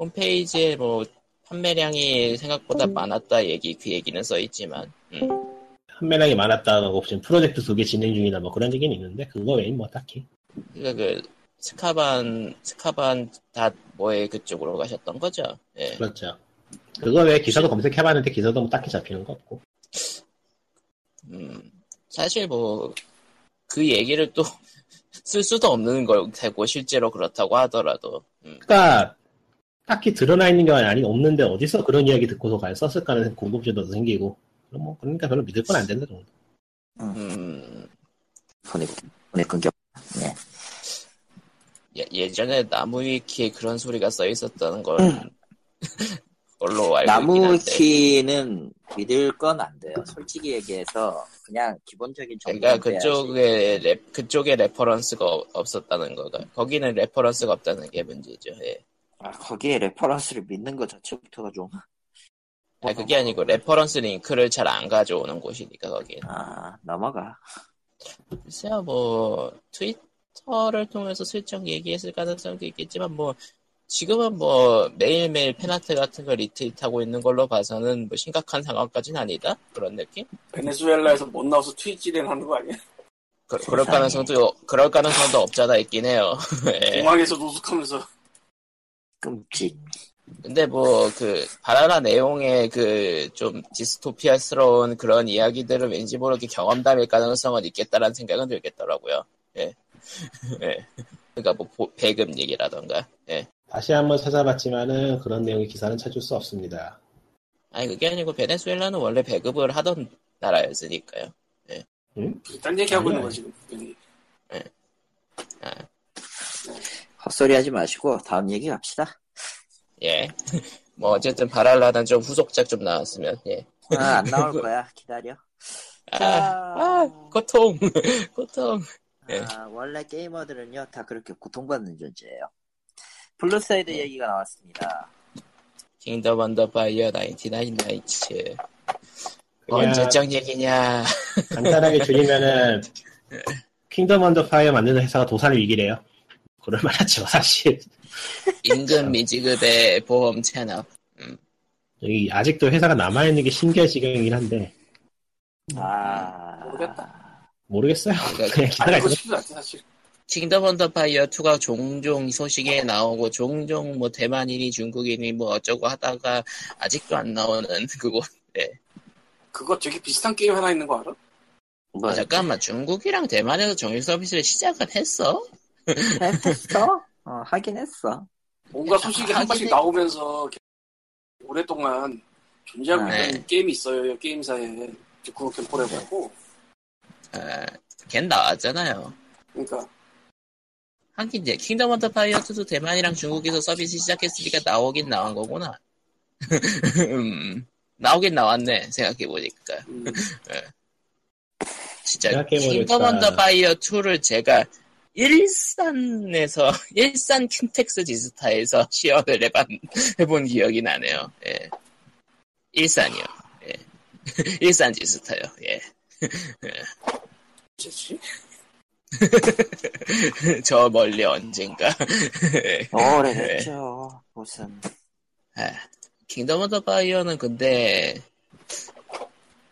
A: 홈페이지에 뭐 판매량이 생각보다 많았다 얘기 그 얘기는 써 있지만 음,
C: 판매량이 많았다고 지금 프로젝트 두 개 진행 중이다 뭐 그런 얘기는 있는데 그거 외에는 뭐 딱히
A: 그러니까 그 스카반 스카반 닷 뭐에 그쪽으로 가셨던 거죠? 예.
C: 그렇죠. 그거 외에 기사도 검색해봤는데 기사도 뭐 딱히 잡히는 거 없고
A: 음, 사실 뭐 그 얘기를 또 쓸 수도 없는 걸 테고 실제로 그렇다고 하더라도 음.
C: 그러니까 딱히 드러나 있는 게 아니 없는데 어디서 그런 이야기 듣고서 과연 썼을까 하는 궁금증도 생기고 그럼 뭐 그러니까 별로 믿을 건 안 된다 정도.
A: 음,
B: 손에 손에 끊겨.
A: 예, 예전에 나무 위키에 그런 소리가 써 있었다는 걸 뭘로 알고 있긴
B: 음. 나무
A: 한데
B: 키는 믿을 건 안 돼요. 솔직히 얘기해서 그냥 기본적인 정보.
A: 그러니까 그쪽에 레, 그쪽에 레퍼런스가 없- 없었다는 거가 거기는 레퍼런스가 없다는 게 문제죠. 예.
B: 아, 거기에 레퍼런스를 믿는 것 자체부터가 좀. 어.
A: 아, 그게 아니고 레퍼런스 링크를 잘 안 가져오는 곳이니까 거긴.
B: 아 넘어가.
A: 글쎄요 뭐 트위터를 통해서 슬쩍 얘기했을 가능성도 있겠지만 뭐 지금은 뭐 매일매일 팬아트 같은 걸 리트윗하고 있는 걸로 봐서는 뭐 심각한 상황까지는 아니다 그런 느낌?
D: 베네수엘라에서 못 나와서 트위치를 하는 거 아니야?
A: 그,
B: 세상에.
A: 럴 가능성도 그럴 가능성도 없잖아 있긴 해요. 예.
D: 공항에서 노숙하면서
B: 끔찍.
A: 근데 뭐 그 바나나 내용의 그 좀 디스토피아스러운 그런 이야기들은 왠지 모르게 경험담일 가능성은 있겠다라는 생각은 들겠더라고요. 예. 예. 그러니까 뭐 보- 배급 얘기라던가. 예.
C: 다시 한번 찾아봤지만은 그런 내용의 기사는 찾을 수 없습니다.
A: 아니 그게 아니고 베네수엘라는 원래 배급을 하던 나라였으니까요.
D: 딴 얘기하고
C: 아니야.
D: 있는 거지. 지금.
B: 헛소리 하지 마시고 다음 얘기 갑시다.
A: 예. 뭐 어쨌든 바랄라단 좀 후속작 좀 나왔으면 예.
B: 아, 안 나올 거야. 기다려.
A: 아,
B: 자,
A: 아 고통 고통. 예.
B: 아, 원래 게이머들은요 다 그렇게 고통받는 존재예요. 블루사이드
A: 네.
B: 얘기가 나왔습니다.
A: 킹덤 언더 파이어 99 나이츠.
C: 그냥-
A: 언제적 얘기냐.
C: 간단하게 줄이면은 킹덤 언더 파이어 만드는 회사가 도산을 이기래요. 그럴 만하죠 사실.
A: 임금 미지급의 보험 체납.
C: 여기 아직도 회사가 남아 있는 게 신기할 지경이긴 한데
A: 음.
B: 아,
D: 모르겠다.
C: 모르겠어요.
A: 그러니까
C: 그냥
D: 아니,
C: 기사가
D: 그거
C: 있어.
D: 쉽지 않지, 사실.
A: 킹덤 언더 파이어 2가 종종 소식에 나오고 종종 뭐 대만인이 중국인이 뭐 어쩌고 하다가 아직도 안 나오는 그거.
D: 그거 되게 비슷한 게임 하나 있는 거 알아?
A: 아,
B: 뭐
A: 잠깐만 중국이랑 대만에서 정일 서비스를 시작은 했어?
B: 했어? 어, 하긴 했어.
D: 뭔가 소식이 아, 한 번씩 나오면서 이렇게 오랫동안 존재하고
A: 네.
D: 있는 게임이 있어요, 게임사에. 그거 캠포레버고
A: 아, 걘 나왔잖아요.
D: 그러니까
A: 하긴 이제 킹덤 언더 파이어 2도 대만이랑 중국에서 서비스 시작했으니까 나오긴 나온 거구나. 음, 나오긴 나왔네 생각해 보니까.
D: 음,
A: 진짜
C: 생각해보니까-
A: 킹덤 언더 파이어 2를 제가 일산에서 일산 킨텍스 지스타에서 시연을 해봤, 해본 기억이 나네요. 예. 일산이요. 예. 일산 지스타요. 예.
D: 뭐지?
A: 예. 저 멀리 언젠가 예. 네.
B: 오래됐죠. 무슨
A: 킹덤 오더 파이어는 근데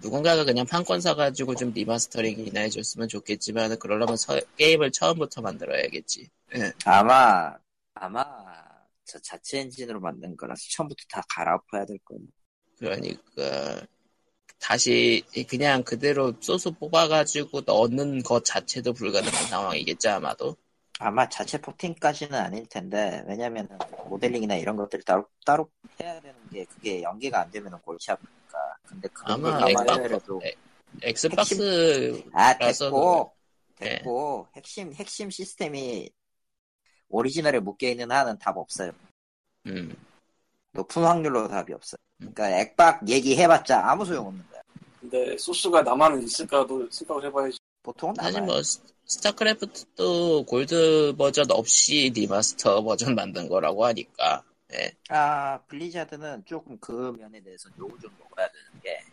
A: 누군가가 그냥 판권 사가지고 좀 리마스터링이나 해줬으면 좋겠지만 그러려면 서- 게임을 처음부터 만들어야겠지.
B: 아마 아마 저 자체 엔진으로 만든 거라서 처음부터 다 갈아엎어야 될 거예요.
A: 그러니까 다시 그냥 그대로 소스 뽑아가지고 넣는 것 자체도 불가능한 상황이겠지 아마도.
B: 아마 자체 포팅까지는 아닐 텐데 왜냐면 모델링이나 이런 것들을 따로 따로 해야 되는 게 그게 연계가 안 되면 골치 아프니까. 근데 그런
A: 아마
B: 얘기만
A: 엑박-
B: 해도
A: 엑스박스
B: 아
A: 라서는-
B: 됐고
A: 네.
B: 됐고 핵심 핵심 시스템이 오리지널에 묶여 있는 한은 답 없어요.
A: 음,
B: 높은 확률로 답이 없어요. 그러니까 액박 얘기해봤자 아무 소용 없는 거야.
D: 근데 소스가 남아는 있을까도 생각을 해봐야지.
B: 보통은
A: 사실
B: 남아요.
A: 뭐 스- 스타크래프트도 골드 버전 없이 리마스터 버전 만든 거라고 하니까. 예.
B: 아, 블리자드는 조금 그 면에 대해서 욕을 좀 먹어야 되는 게,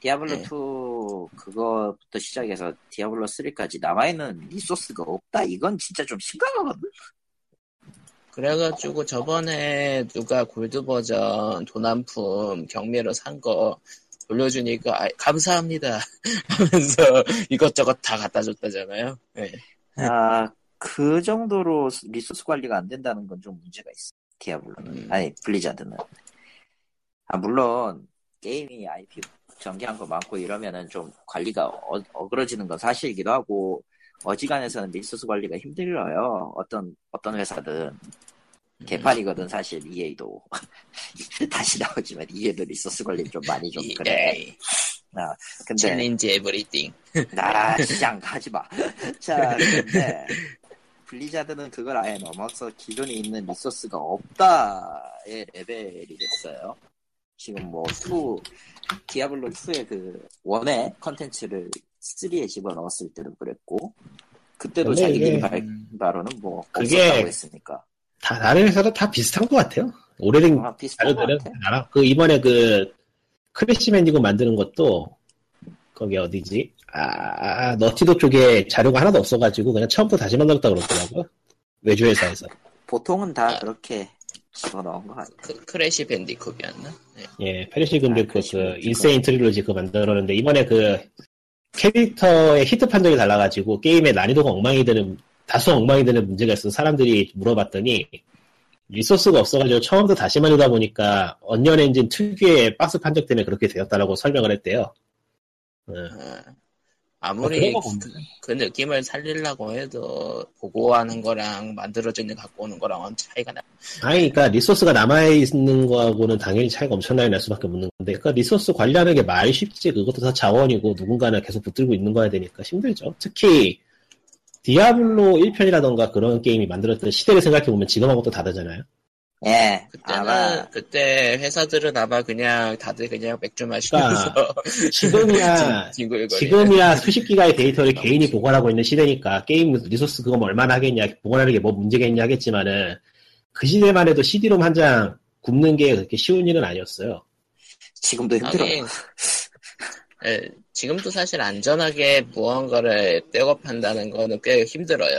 B: 디아블로
A: 네.
B: 2 그거부터 시작해서 디아블로 3까지 남아있는 리소스가 없다. 이건 진짜 좀 심각하거든.
A: 그래가지고 저번에 누가 골드 버전 도난품 경매로 산 거 돌려주니까 아, 감사합니다 하면서 이것저것 다 갖다 줬다잖아요. 예.
B: 아, 그 정도로 리소스 관리가 안 된다는 건 좀 문제가 있어. 디아블로는.
A: 음.
B: 아니, 블리자드는. 아, 물론, 게임이 IP 전개한 거 많고 이러면은 좀 관리가 어, 어그러지는 건 사실이기도 하고, 어지간해서는 밀수수 관리가 힘들어요. 어떤 어떤 회사든 음. 개판이거든 사실 EA도 다시 나오지만 EA도 리소스 관리 좀 많이 좀 그래. 아,
A: 이게
B: 근데
A: 챌린지 에브리띵.
B: 나 시장 하지 마. 자 근데 블리자드는 그걸 아예 넘어서 기존에 있는 리소스가 없다의 레벨이 됐어요. 지금 뭐 2, 디아블로 2의 그 원의 컨텐츠를 3에 집어넣었을 때도 그랬고 그때도
C: 근데
B: 자기들이
C: 이게-
B: 발, 바로는 뭐
C: 그게-
B: 없었다고 했으니까
C: 다 다른 회사도 다 비슷한 것 같아요. 오래된
B: 아마 비슷한 것
C: 자료들은
B: 같아.
C: 알아. 그 이번에 그 크래시 맨디고 만드는 것도 거기 어디지? 아, 아, 너티독 쪽에 자료가 하나도 없어가지고 그냥 처음부터 다시 만들었다 그러더라고요. 외주 회사에서.
B: 보통은 다 그렇게 집어넣은 거 아니야?
A: 크, 크래시 밴디콕이었나? 네.
C: 예, 페리시 금백
B: 아,
C: 그,
B: 크래시
C: 그
B: 맨디고.
C: 인세인 트릴로지 그 만들었는데 이번에 그 캐릭터의 히트 판정이 달라가지고 게임의 난이도가 엉망이 되는 다소 엉망이 되는 문제가 있어서 사람들이 물어봤더니 리소스가 없어가지고 처음부터 다시 만들다 보니까 언년 엔진 특유의 박스 판정 때문에 그렇게 되었다라고 설명을 했대요. 어,
A: 어.
C: 아,
A: 아무리
C: 그런 거 보면.
A: 그, 그 느낌을 살리려고 해도 보고하는 거랑 만들어져 있는 거 갖고 오는 거랑은 차이가 나.
C: 아니, 그러니까 리소스가 남아있는 거하고는 당연히 차이가 엄청나게 날 수밖에 없는 건데, 그러니까 리소스 관리하는 게 말이 쉽지, 그것도 다 자원이고 누군가는 계속 붙들고 있는 거야 되니까 힘들죠. 특히 디아블로 1편이라던가 그런 게임이 만들었던 시대를 생각해보면 지금하고 또 다르잖아요.
B: 예,
A: 그때는
B: 아마
A: 그때 회사들은 아마 그냥 다들 그냥 맥주 마시면서
C: 지금이야,
A: 뒹굴거리는.
C: 그러니까 지금이야 수십 기가의 데이터를 개인이 보관하고 있는 시대니까 게임 리소스 그거 뭐 얼마나 하겠냐, 보관하는 게 뭐 문제겠냐 하겠지만은 그 시대만 해도 CD롬 한 장 굽는 게 그렇게 쉬운 일은 아니었어요.
B: 지금도 힘들어요.
A: 예, 지금도 사실 안전하게 무언가를 백업한다는 거는 꽤 힘들어요.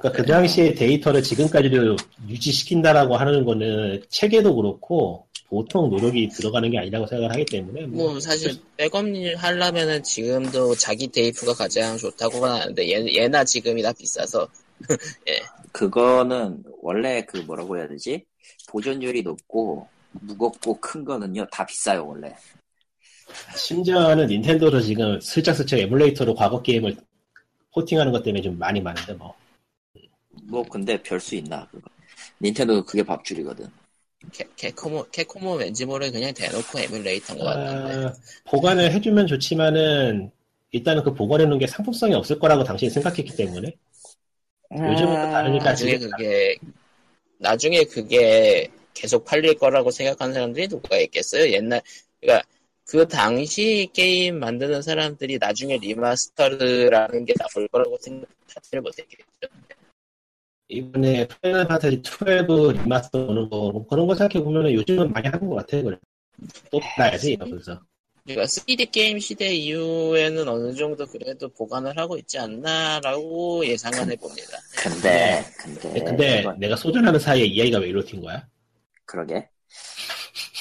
C: 그러니까 그 당시의 데이터를 지금까지도 유지시킨다라고 하는 거는 체계도 그렇고 보통 노력이 들어가는 게 아니라고 생각을 하기 때문에 뭐
A: 뭐 사실 백업일 하려면은 지금도 자기 데이프가 가장 좋다고는 하는데 얘, 나 지금이나 비싸서
B: 그거는 원래 그 뭐라고 해야 되지? 보존율이 높고 무겁고 큰 거는요 다 비싸요 원래.
C: 그 심지어는 닌텐도도 지금 슬쩍슬쩍 에뮬레이터로 과거 게임을 포팅하는 것 때문에 좀 많이 많은데 뭐
B: 뭐 근데 별 수 있나 그거. 닌텐도 그게 밥줄이거든.
A: 캐, 캐코모 캐코모 왠지 모르게 그냥 대놓고 에뮬레이터인 것 같던데.
C: 아, 보관을 해주면 좋지만은 일단은 그 보관해 놓은 게 상품성이 없을 거라고 당신이 생각했기 때문에 요즘은 또 다르니까
A: 아, 나중에
C: 지금
A: 그게 나중에 그게 계속 팔릴 거라고 생각하는 사람들이 누가 있겠어요? 옛날 그러니까 그 당시 게임 만드는 사람들이 나중에 리마스터라는 게 나올 거라고 생각 자체를 못했겠죠.
C: 이번에 파이널 판타지 12 리마스터 오는 거 뭐 그런 거 생각해 보면은 요즘은 많이 하는 것 같아요 그래 또 나야지 이러면서
A: 그러니까 3D 게임 시대 이후에는 어느 정도 그래도 보관을 하고 있지 않나라고 예상을 해봅니다.
B: 근데 근데
C: 네, 근데
B: 이건-
C: 내가 소전하는 사이에 이야기가 왜 이렇게 된 거야?
B: 그러게.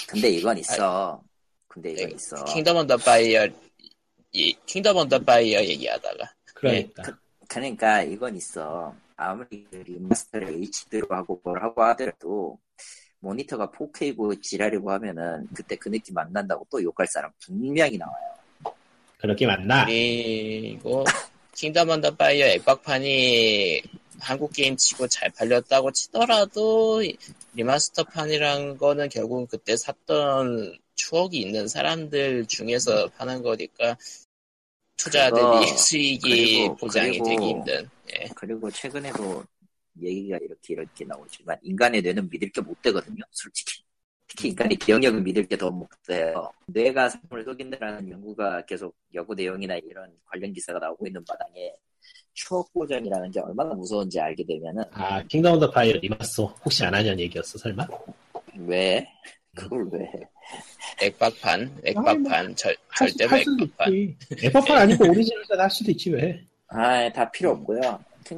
B: 근데 이건 있어. 근데 이건
A: 네,
B: 있어.
A: 킹덤 언더 파이어 이 킹덤 언더 파이어 얘기하다가
C: 그러니까
B: 그러니까 이건 있어. 아무리 리마스터를 HD로 하고 뭘 하고 하더라도 모니터가 4K고 지랄이고 하면은 그때 그 느낌 안 난다고 또 욕할 사람 분명히 나와요.
C: 그렇게 맞나?
A: 그리고 킹덤 언더 파이어 액박판이 한국 게임 치고 잘 팔렸다고 치더라도 리마스터판이란 거는 결국 그때 샀던 추억이 있는 사람들 중에서 파는 거니까 투자들이
B: 그거,
A: 수익이
B: 그리고,
A: 보장이
B: 그리고
A: 되기 힘든 예.
B: 그리고 최근에도 얘기가 이렇게 이렇게 나오지만 인간의 뇌는 믿을 게 못 되거든요. 솔직히.
C: 음.
B: 특히 인간의 기억력은 믿을 게 더 못 돼요. 뇌가 삶을 속인다라는 연구가 계속 여고 내용이나 이런 관련 기사가 나오고 있는 마당에 추억 보장이라는 게 얼마나 무서운지 알게 되면은
C: 아 킹덤 오브 파이어 리마스 혹시 안 하냐는 얘기였어 설마?
B: 왜? 그걸 왜 해?
A: 액박판, 액박판, 절, 절대로 액박판.
C: 에퍼판 아니고 오리지널이라 할 수도 있지 왜?
B: 아, 다 필요 없고요.
C: 음.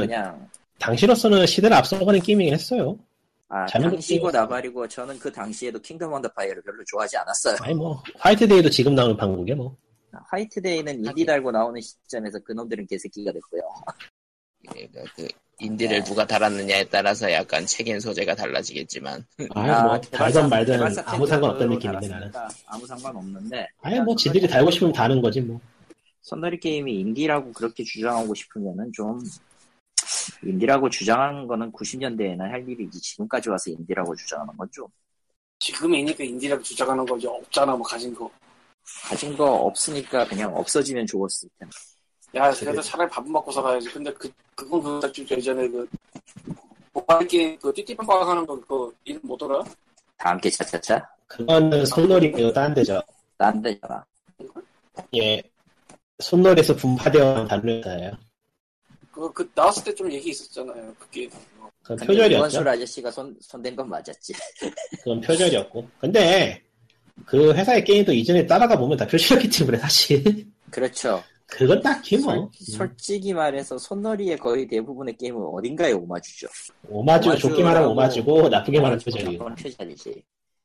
B: 그냥 그냥
C: 당시로서는 시대를 앞서가는 게임이긴 했어요.
B: 아,
C: 자는
B: 당시고
C: 것도-
B: 나발이고 저는 그 당시에도 킹덤 언더 파이어를 별로 좋아하지 않았어요.
C: 아니 뭐 화이트 데이도 지금 나오는 방국에 뭐
B: 화이트데이는 인디 달고 나오는 시점에서 그놈들은 개새끼가 됐고요.
A: 그러니까 그
B: 네.
A: 인디를 누가 달았느냐에 따라서 약간 책임 소재가 달라지겠지만
C: 아니 뭐 달던 말든 아무 상관없다는 느낌인데 나는
B: 아무 상관없는데
C: 아니 뭐 지들이 달고 싶으면 다는 거지 뭐
B: 손놀이 게임이 인디라고 그렇게 주장하고 싶으면은 좀 인디라고 주장하는 거는 90년대에는 할 일이지 지금까지 와서 인디라고 주장하는 건 좀
D: 지금이니까 인디라고 주장하는 거지 없잖아 뭐 가진 거.
B: 가진 거 없으니까 그냥 없어지면 좋았을 텐데
D: 야 그래도 차라리 밥은 먹고 살아야지. 근데 그 그건 그딱 진짜 예전에 그 모바일 게임 그 띠띠빵빵 하는 거 그거 이름 뭐더라?
B: 다 함께 차차차
C: 그거는 손놀이고 딴 데죠.
B: 딴 데잖아
C: 예. 손놀이에서 분파되어 다른 회사예요.
D: 그거 그 나왔을 때 좀 얘기 있었잖아요. 그게 어,
C: 그건
B: 근데
C: 표절이었죠.
B: 이원술 아저씨가 손, 손댄 건 맞았지
C: 그건 표절이었고. 근데 그 회사의 게임도 이전에 따라가 보면 다 표절이었기 때문에 사실
B: 그렇죠
C: 그건 딱히 뭐
B: 솔, 솔직히 말해서 손놀이의 거의 대부분의 게임은 어딘가에 오마주죠
C: 오마주
B: 오마주라고- 뭐
C: 좋게 말하면 오마주고 나쁘게 말하면 표절이고.
B: 그건 표절이지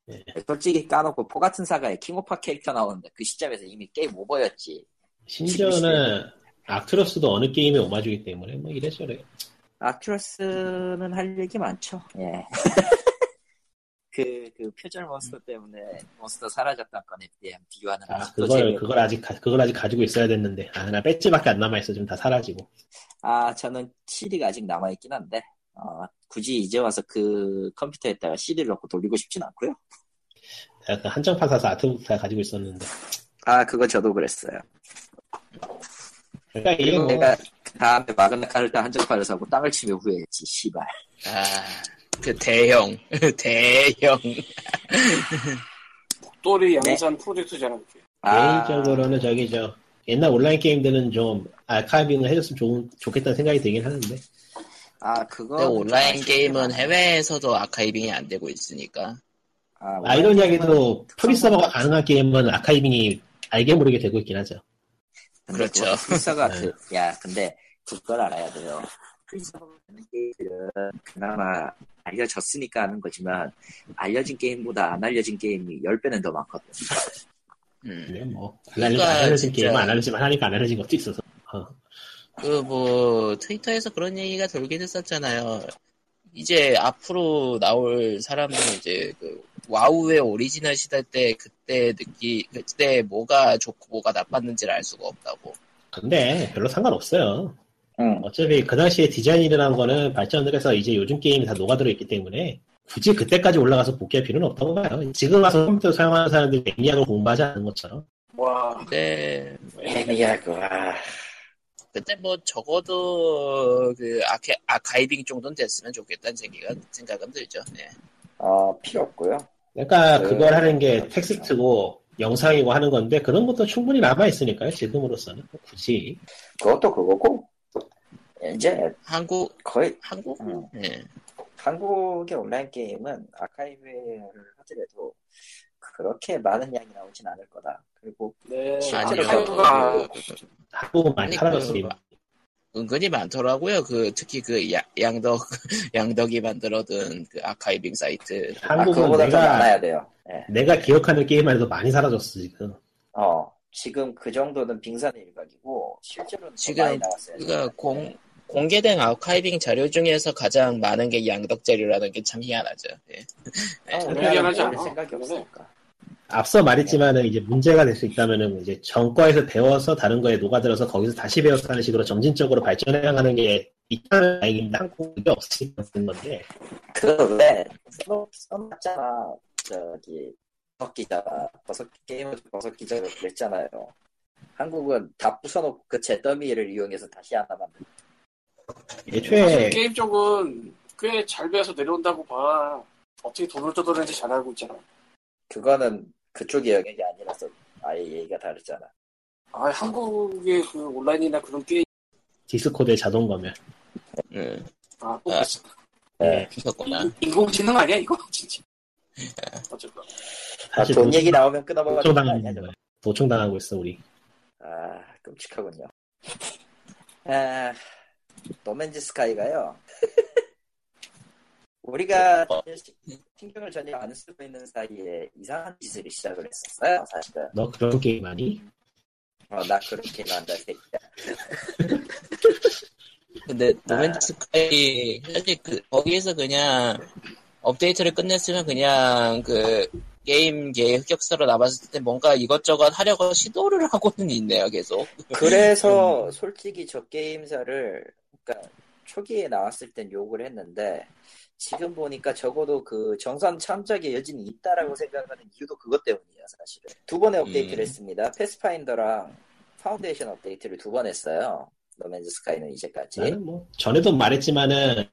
C: 예.
B: 솔직히 까놓고 포 같은 사가에 킹오파 캐릭터 나오는데 그 시점에서 이미 게임 오버였지
C: 심지어는 악트로스도 어느 게임에 오마주기 때문에 뭐 이래저래.
B: 아큐러스는 할 얘기 많죠. 예. 그, 그 표절 몬스터 때문에 몬스터 사라졌던 건에 비하면 비교하는
C: 아
B: 아직도
C: 그걸
B: 재미없-
C: 그걸 아직 가- 그걸 아직 가지고 있어야 됐는데 아 나 배지밖에 안 남아 있어 지금 다 사라지고.
B: 아, 저는 CD가 아직 남아있긴 한데, 어, 굳이 이제 와서 그 컴퓨터에다가 CD를 넣고 돌리고 싶진 않고요.
C: 내가 그 한정판 사서 아트북 다 가지고 있었는데.
B: 아, 그거 저도 그랬어요.
C: 그러니까 이게
B: 그리고
C: 뭐
B: 내가 그 다음에 마그나 카르타 한정판을 사고 땅을 치며 후회했지, 씨발.
A: 아, 그 대형, 대형.
D: 복돌이 양산 프로젝트잖아 그게.
B: 아,
C: 개인적으로는 저기 저 옛날 온라인 게임들은 좀 아카이빙을 해줬으면 좋은, 좋겠다는 생각이 들긴 하는데
B: 아, 그거.
A: 근데 온라인 게임은 해외에서도 아카이빙이 안 되고 있으니까.
B: 아,
C: 아이러니하게도 프리서버가
B: 뭐
C: 가능한 게임은 아카이빙이 알게 모르게 되고 있긴 하죠.
B: 근데
A: 그렇죠.
B: 그거 프리서가
C: 네.
B: 그, 야, 근데 그걸 알아야 돼요. 프리서가 하는 게임들은 그나마 알려졌으니까 하는 거지만 알려진 게임보다 안 알려진 게임이 10배는 더 많거든.
A: 음.
C: 근데 뭐안 알려진,
A: 그러니까
C: 안 알려진
A: 진짜-
C: 게임은 안 알려지만 하니까 안 알려진 것도 있어서
A: 그 뭐 트위터에서 그런 얘기가 돌긴 했었잖아요. 이제 앞으로 나올 사람들은 이제 그 와우의 오리지널 시대 때 그때 느끼 그때 뭐가 좋고 뭐가 나빴는지를 알 수가 없다고.
C: 근데 별로 상관없어요.
B: 응.
C: 어차피 그 당시에 디자인이라는 거는 발전을 해서 이제 요즘 게임이 다 녹아들어 있기 때문에 굳이 그때까지 올라가서 복귀할 필요는 없다고 봐요. 지금 와서 컴퓨터 사용하는 사람들이 맥락을 공부하지 않는 것처럼
D: 와
A: 근데
B: 애매할 거야.
A: 그때 뭐 적어도 그 아케, 아카이빙 정도는 됐으면 좋겠다는 생각은 생각은 들죠. 네.
B: 어, 필요 없고요.
C: 그러니까
B: 네.
C: 그걸 하는 게 텍스트고 영상이고 하는 건데 그런 것도 충분히 남아 있으니까요. 지금으로서는 굳이
B: 그것도 그거고 이제
A: 한국
B: 거의
A: 한국
B: 응.
A: 네.
B: 한국의 온라인 게임은 아카이브를 하더라도 그렇게 많은 양이 나오진 않을 거다. 그리고
D: 네.
A: 아니요.
D: 아카이브가
A: 그-
C: 하고
A: 아니,
C: 많이 팔아놨으니
A: 그- 은근히 많더라고요. 그 특히 그 야- 양덕 양덕이 만들어둔 그 아카이빙 사이트.
B: 아,
C: 한국은
B: 그거보다 더
C: 내가
B: 많아야 돼요. 예.
C: 내가 기억하는 게임만 해도 많이 사라졌어 지금.
B: 어, 지금 그 정도는 빙산의 일각이고 실제로는 더
A: 지금
B: 많이 나왔어요.
A: 그러니까 공 공개된 아카이빙 자료 중에서 가장 많은 게 양덕 자료라는 게 참 희한하죠. 예.
D: 공개하지 않아.
B: 네. 생각이
D: 그래.
B: 없으니까.
C: 앞서 말했지만은 이제 문제가 될 수 있다면은 이제 전과에서 배워서 다른 거에 녹아들어서 거기서 다시 배워서 하는 식으로 점진적으로 발전해 나가는 게 있다는 다행인데 한국은 그게 없으니까 그런 건데
B: 그왜 써놨잖아 저기 버섯 기자가 버섯 게임을 버섯 기자가 그랬잖아요. 한국은 다 부숴놓고 그 잿더미를 이용해서 다시 하나 만든.
D: 사실
B: 아,
A: 네.
C: 애초에
D: 게임 쪽은 꽤 잘 배워서 내려온다고 봐. 어떻게 돈을 떠돌는지 잘 알고 있잖아.
B: 그거는 그쪽의 영역이 아니라서 아예 얘기가 다르잖아.
D: 아 한국의 그 온라인이나 그런 게임
C: 디스코드의 자동 검열
A: 음,
D: 아, 또
A: 아.
D: 그랬어.
B: 네.
C: 예,
A: 그렇구나.
D: 인- 인공지능 아니야 이거 진짜. 어쨌건
B: 아,
C: 사실 뭐
B: 돈 얘기 나오면 끊어버리는 거
C: 도청당하고
B: 아니야
C: 있는
B: 저거.
C: 거야. 도청당하고 있어 우리
B: 아 끔찍하군요. 아 노맨즈 스카이가요. 우리가 신경을 전혀 안 쓰고 있는 사이에 이상한 짓을 시작을 했었어요. 사실은.
C: 너 그런 게임 하니?
B: 어, 나 그렇게 난다, 새끼야.
A: 근데 노맨즈 스카이 사실 그 거기에서 그냥 업데이트를 끝냈으면 그냥 그 게임계의 흑역사로 남았을 때 뭔가 이것저것 하려고 시도를 하고는 있네요, 계속.
C: 음.
B: 그래서 솔직히 저 게임사를 그러니까 초기에 나왔을 땐 욕을 했는데 지금 보니까 적어도 그 정선 참작의 여진이 있다라고 생각하는 이유도 그것 때문이야 사실은 두 번의 업데이트를
A: 음.
B: 했습니다 패스파인더랑 파운데이션 업데이트를 두 번 했어요 노맨즈 스카이는 이제까지
C: 나는 뭐 전에도 말했지만은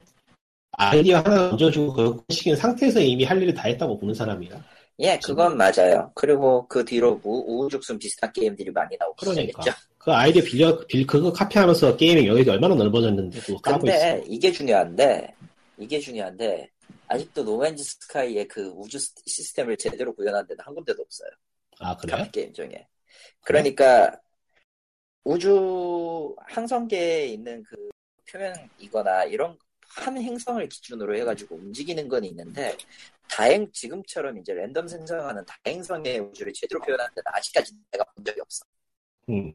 C: 아이디어 하나 얹어주고 그걸 시킨 상태에서 이미 할 일을 다 했다고 보는 사람이야.
B: 예
C: 음.
B: 그건 맞아요 그리고 그 뒤로 우- 우후죽순 비슷한 게임들이 많이 나오기
C: 그러니까.
B: 시작했죠
C: 그 아이디어 빌려 빌 그거 카피하면서 게임의 영역이 얼마나 넓어졌는데 그거 까고
B: 근데
C: 있어.
B: 이게 중요한데 이게 중요한데 아직도 노맨즈 스카이의 그 우주 시- 시스템을 제대로 구현한 데는 한 군데도 없어요
C: 아 그래?
B: 카드 게임 중에. 그러니까 우주 항성계에 있는 그 표면이거나 이런 한 행성을 기준으로 해가지고 움직이는 건 있는데 다행 지금처럼 이제 랜덤 생성하는 다행성의 우주를 제대로 표현하는데 아직까지 내가 본 적이 없어.
C: 음.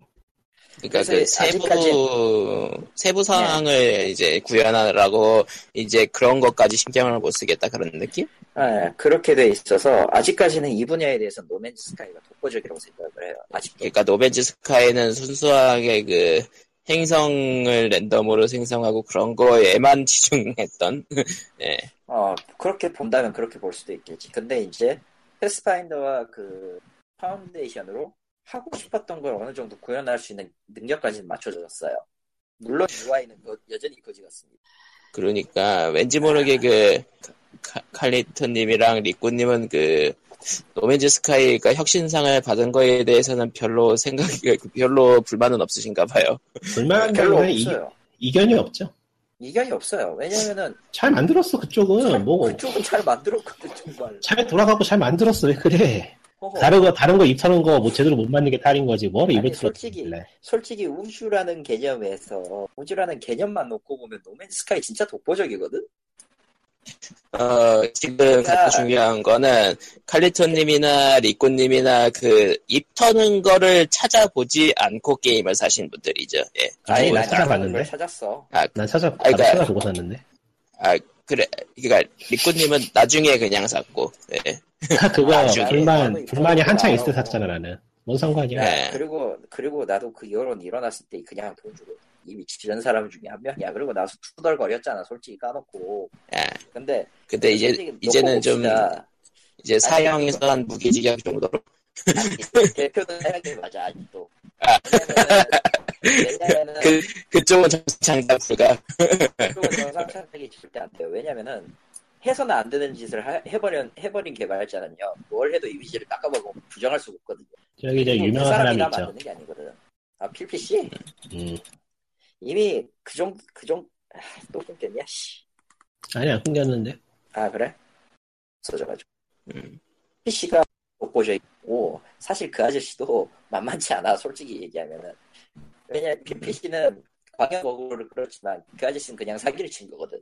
A: 그러니까
B: 그래서
A: 그 네. 세부 세부 사항을 이제 구현하느라고 이제 그런 것까지 신경을 못 쓰겠다 그런 느낌?
B: 예, 그렇게 돼 있어서 아직까지는 이 분야에 대해서 노맨즈 스카이가 독보적이라고 생각을 해요. 아직도.
A: 그러니까 노벤즈 스카이는 순수하게 그 행성을 랜덤으로 생성하고 그런 거에만 치중했던
B: 어, 그렇게 본다면 그렇게 볼 수도 있겠지. 근데 이제 패스파인더와 그 파운데이션으로 하고 싶었던 걸 어느 정도 구현할 수 있는 능력까지는 맞춰졌어요. 물론 UI는 그 여전히 거지 같습니다.
A: 그러니까 왠지 모르게 그 카- 칼리토님이랑 리꾸님은 그 노벤즈 스카이가 혁신상을 받은 거에 대해서는 별로 생각이 별로 불만은 없으신가 봐요.
B: 별로
C: 불만감은 이,
B: 없어요.
C: 이견이 없죠.
B: 이견이 없어요. 왜냐면은
C: 잘 만들었어 그쪽은 뭐 잘
B: 그쪽은 잘 만들었거든 정말.
C: 돌아가고 잘 만들었어 왜 그래?
B: 허허.
C: 다른 거 다른 거 입터는 거 뭐 제대로 못 만든 게 탈인 거지 뭐? 네. 뭘 입을
B: 뭐. 아니,
C: 틀어
B: 솔직히.
C: 래
B: 솔직히 우주라는 개념에서 우주라는 개념만 놓고 보면 노맨 스카이 진짜 독보적이거든.
A: 어, 지금
B: 그러니까
A: 가장 중요한 거는 칼리토님이나 리꾸님이나 그 입 터는 거를 찾아보지 않고 게임을 사신 분들이죠. 예.
C: 아니,
B: 아니
C: 난
B: 난
C: 찾아봤는데.
B: 그걸 찾았어.
C: 난 찾아
A: 아니,
C: 나도
A: 그러니까-
C: 찾아보고 샀는데
A: 아 그래 그러니까 리꾸님은 나중에 그냥 샀고 예.
C: 그거
B: 아, 나는
C: 불만
B: 나는
C: 불만이
B: 이거
C: 한창
B: 나와.
C: 있을 때 샀잖아 나는 뭔 상관이야?
A: 네.
B: 그리고 그리고 나도 그 여론 일어났을 때 그냥 돈 주고 이미 지른 사람 중에 한 명이야. 그리고 나서 투덜거렸잖아. 솔직히 까놓고.
A: 예.
B: 근데
A: 근데 이제
B: 솔직히
A: 이제는
B: 놓고
A: 좀
B: 봅시다.
A: 이제 사형에서 한 무기징역 정도로
B: 아니, 대표는 해야 돼 맞아 아직도.
A: 아.
B: 왜냐면은- 왜냐면은
A: 그- 그쪽은 장장 불가
B: 그쪽은 정상 착각이 절대 안 돼요. 왜냐면은 해서는 안 되는 짓을 하- 해버린 해버린 개발자는요. 뭘 해도 이미지를 깎아먹고 부정할 수가 없거든요.
C: 저기 이제
B: 그
C: 유명한 사람이
B: 사람이나
C: 있죠.
B: 만드는 게 아니거든. 아 PPC
C: 음.
B: 이미 그 정도 그 정도 아, 또 끊겼냐? 씨.
C: 아니 안 끊겼는데
B: 아 그래? 써져가지고
A: 음.
B: PC가 독보져 있고 사실 그 아저씨도 만만치 않아 솔직히 얘기하면은 왜냐면
D: 음.
B: PC는 광역 먹으로 그렇지만 그 아저씨는 그냥 사기를 친 거거든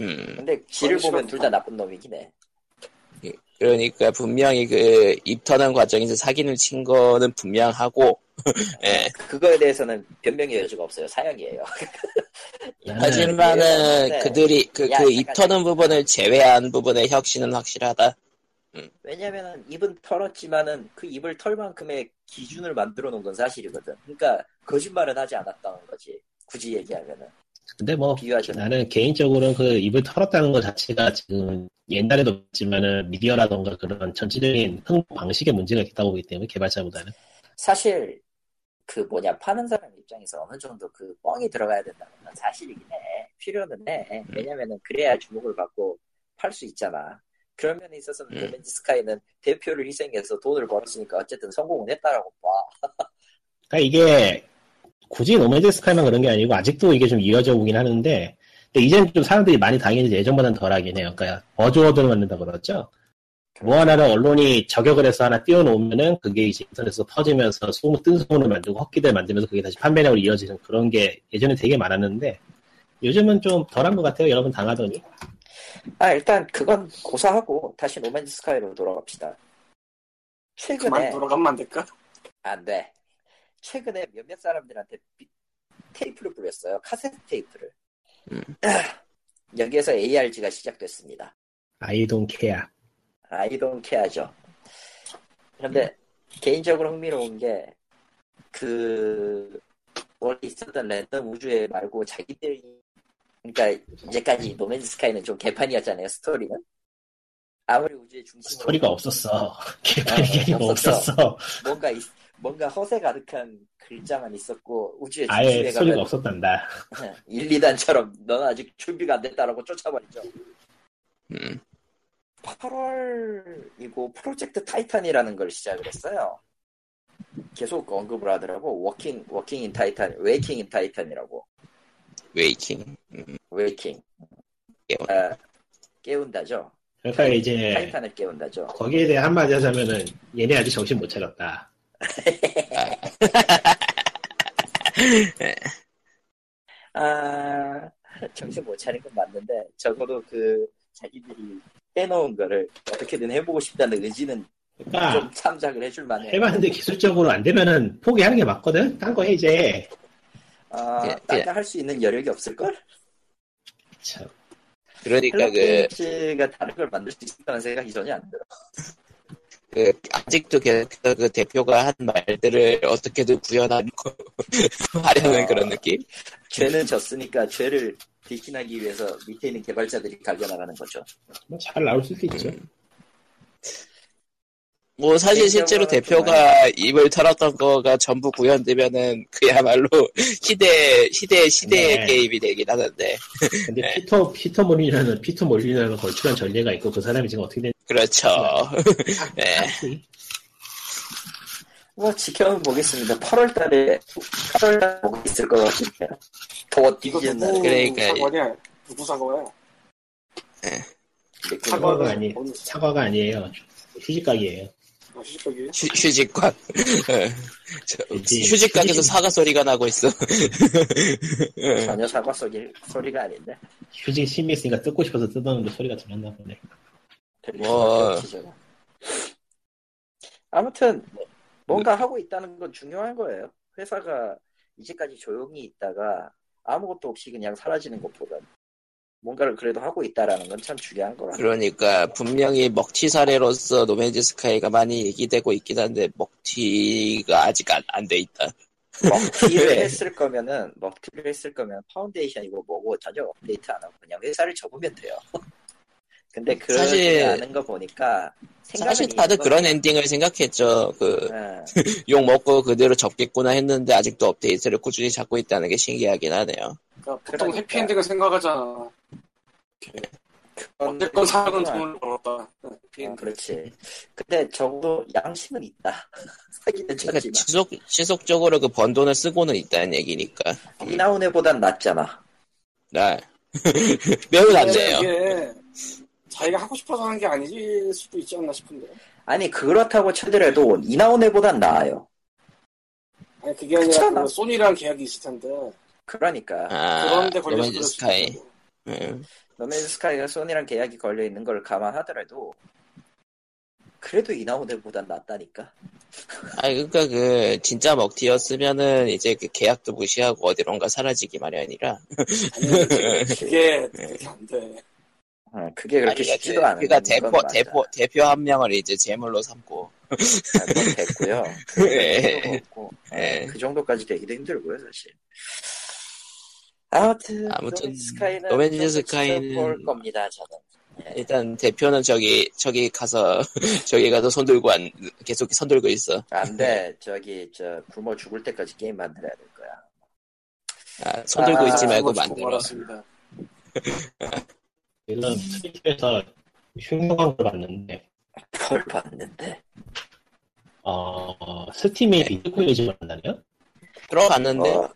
A: 음.
B: 근데 지를
D: 광역
B: 보면
D: 싫어.
B: 둘 다 나쁜 놈이긴 해
A: 그러니까 분명히 그 입터는 과정에서 사기는 친 거는 분명하고 예.
B: 그거에 대해서는 변명의 여지가 없어요 사형이에요
C: 나는-
A: 하지만은 음. 그들이 그,
B: 야,
A: 그
B: 잠깐,
A: 입터는
B: 잠깐.
A: 부분을 제외한 부분의 혁신은 확실하다
B: 왜냐면은 입은 털었지만은 그 입을 털만큼의 기준을 만들어 놓은 건 사실이거든 그러니까 거짓말은 하지 않았다는 거지 굳이 얘기하면은
C: 근데 뭐
B: 비유하자면
C: 나는 개인적으로는 그 입을 털었다는 것 자체가 지금 옛날에도 있지만은 미디어라던가 그런 전체적인 흥 방식의 문제가 있다고 보기 때문에 개발자보다는
B: 사실 그 뭐냐 파는 사람 입장에서 어느 정도 그 뻥이 들어가야 된다는 건 사실이긴 해 필요는 해 왜냐면은 그래야 주목을 받고 팔 수 있잖아 그런 면에 있어서는
A: 음.
B: 데벤지 스카이는 대표를 희생해서 돈을 벌었으니까 어쨌든 성공은 했다라고 봐
C: 그러니까 이게 굳이 노매드 스카이만 그런 게 아니고 아직도 이게 좀 이어져 오긴 하는데 근데 이제는 좀 사람들이 많이 당연히 예전보다는 덜하긴 해요 그러니까 버즈워드를 만든다 그러죠 뭐 하나를 언론이 저격을 해서 하나 띄워놓으면은 그게 이제 인터넷에서 퍼지면서 소문 뜬 소문을 만들고 헛기들 만들면서 그게 다시 판매량으로 이어지는 그런 게 예전에 되게 많았는데 요즘은 좀 덜한 것 같아요 여러분 당하더니
B: 아 일단 그건 고사하고 다시 노맨즈 스카이로 돌아갑시다
D: 그만
B: 최근에
D: 돌아가면 안 될까?
B: 안돼 최근에 몇몇 사람들한테 비- 테이프를 뿌렸어요 카세트 테이프를
A: 음.
B: 여기에서 ARG가 시작됐습니다
C: 아이 돈 케어
B: 아이돈케 하죠.
C: 음.
B: 그런데 개인적으로 흥미로운 게그 원래 있었던 랜덤 우주에 말고 자기들이 그러니까 이제까지 노맨즈 스카이는 좀 개판이었잖아요 스토리는 아무리 우주의 중심
C: 스토리가 없었어. 개판이
B: 아,
C: 개념
B: 없었죠.
C: 없었어.
B: 뭔가 있- 뭔가 허세 가득한 글자만 있었고 우주의
C: 아예
B: 중심에
C: 스토리가
B: 가면
C: 없었단다.
B: 1, 2단처럼 넌 아직 준비가 안 됐다라고 쫓아버리죠.
A: 음.
B: 8월이고 프로젝트 타이탄이라는 걸 시작을 했어요. 계속 언급을 하더라고. 워킹 워킹 인 타이탄, 웨이킹 인 타이탄이라고.
A: 웨이킹.
B: 웨이킹.
A: 깨운.
B: 아, 깨운다죠.
C: 그러니까
A: 네.
C: 이제
B: 타이탄을 깨운다죠.
C: 거기에 대해 한마디 하자면은 얘네 아직 정신 못 차렸다.
B: 아, 정신 못 차린 건 맞는데 적어도 그 자기들이 빼놓은 거를 어떻게든 해보고 싶다는 의지는 좀
A: 아.
C: 그러니까
B: 참작을 해줄 만해.
C: 해봤는데 기술적으로 안 되면은 포기하는 게 맞거든. 딴 거 해 이제.
B: 아,
A: 예, 예.
B: 나가 할수 있는 여력이 없을걸?
C: 참.
A: 그러니까 그,
B: 헬로키즈가 다른 걸 만들 수 있다는 생각이 전혀 안 들어.
A: 그 아직도 계속해서 그 대표가 한 말들을 어떻게든 구현하려고 하려는
B: 아.
A: 그런 느낌?
B: 죄는 졌으니까 죄를 비키나기 위해서 밑에 있는 개발자들이 갈겨나가는 거죠.
C: 뭐잘 나올 수도 있죠.
A: 음. 뭐 사실 실제로
B: 개인적으로는
A: 대표가 입을 털었던 거가 전부 구현되면은 그야말로 시대 시대 시대의
C: 네.
A: 게임이 되긴 하는데
C: 근데
A: 네.
C: 피터 피터 몰리나는 피터 몰리나는 걸출한 전례가 있고 그 사람이 지금 어떻게 됐는지
A: 그렇죠. 네.
B: 뭐 지켜는 보겠습니다. 8월 달에 8월 달에 뭐가 있을 것 같은데. 더
D: 이거
B: 뛰지
D: 누구
B: 않나요?
A: 그러니까
D: 사과냐? 누구 사과야?
C: 사과가
D: 사과는
C: 아니
D: 어느-
C: 사과가 아니에요. 휴지각이에요.
D: 아, 시집가기.
A: 휴, 휴직관 예. 저,
C: 그치.
A: 휴직각에서
C: 휴직-
A: 사과 소리가 나고 있어. 예.
B: 전혀 사과 소리, 소리가 아닌데.
C: 휴지 심이 있으니까 뜯고 싶어서 뜯었는데 소리가 들렸나 보네.
A: 와.
B: 그렇죠. 아무튼 뭔가
D: 네.
B: 하고 있다는 건 중요한 거예요. 회사가 이제까지 조용히 있다가 아무것도 없이 그냥 사라지는 것보다 뭔가를 그래도 하고 있다라는 건 참 중요한 거라.
A: 그러니까 분명히 먹튀 사례로서 노맨즈 스카이가 많이 얘기되고 있긴 한데 먹튀가 아직 안 돼 있다.
B: 먹튀를
A: 네.
B: 했을 거면은 먹튀를 했을 거면 파운데이션이고 뭐고 전혀 업데이트 안 하고 그냥 회사를 접으면 돼요. 근데 그러지
A: 사실-
B: 않은 거 보니까 생각은
A: 사실
B: 있는
A: 다들
B: 거-
A: 그런 엔딩을 생각했죠. 그
B: 예.
A: 욕 먹고 그대로 접겠구나 했는데 아직도 업데이트를 꾸준히 잡고 있다는 게 신기하긴 하네요.
D: 그러니까 보통
B: 그러니까.
D: 해피엔딩을 생각하잖아. 어쨌건 사과는 돈을 벌었다.
B: 아,
D: 해피엔딩.
B: 그렇지. 근데 적어도 양심은 있다. 사기는
A: 그러니까
B: 쳤지만
A: 지속 지속적으로 그 번 돈을 쓰고는 있다는 얘기니까.
B: 이나운해보단 낫잖아.
A: 나 매우 낫네요.
D: 이게 자기가 하고 싶어서 하는 게 아니지 수도 있지 않나 싶은데.
B: 아니 그렇다고 쳐더라도 이나운해보단 나아요.
D: 아니 그게 아니라
B: 그렇잖아.
D: 그 소니랑 계약이 있을 텐데
B: 그러니까
A: 아,
D: 그런데 걸려서
A: 노맨즈
D: 그럴 수도
A: 스카이.
D: 있고.
A: 음,
B: 노맨즈 스카이가 소니랑 계약이 걸려 있는 걸 감안하더라도 그래도 이나운해보단 낫다니까.
A: 아 그러니까 그 진짜 먹튀였으면은 이제 그 계약도 무시하고 어디론가 사라지기 마련이라.
D: 아니, 그게
A: 네.
D: 그게 안 돼.
B: 어, 그게 그렇게
A: 아니,
B: 쉽지도
A: 그-
B: 않은
A: 그러니까
B: 건
A: 대포
B: 맞아.
A: 대포 대표 한 명을 이제 제물로 삼고.
B: 아, 그건 됐고요.
A: 예.
B: 그건 없고. 아,
A: 예.
B: 그 정도까지 되기도 힘들고요 사실. 아무튼,
A: 아무튼
B: 노맨즈 스카이는
A: 노맨즈
B: 좀더
A: 스카이는-
B: 지켜볼 겁니다 저는.
A: 일단 대표는 저기 저기 가서 저기 가서 손 들고 안 계속 손 들고 있어.
B: 안 돼. 아, 저기, 저, 굶어 죽을 때까지 게임 만들어야 될 거야.
A: 아, 손 들고
B: 아,
A: 있지 말고
D: 그거 죽고
A: 만들어.
D: 말았습니다. 그러니까
C: 이런 트위터에서 흉흉한 걸 봤는데
B: 뭘 봤는데.
C: 어 스팀이 비트코인이지만 한다네요.
A: 들어갔는데
B: 어,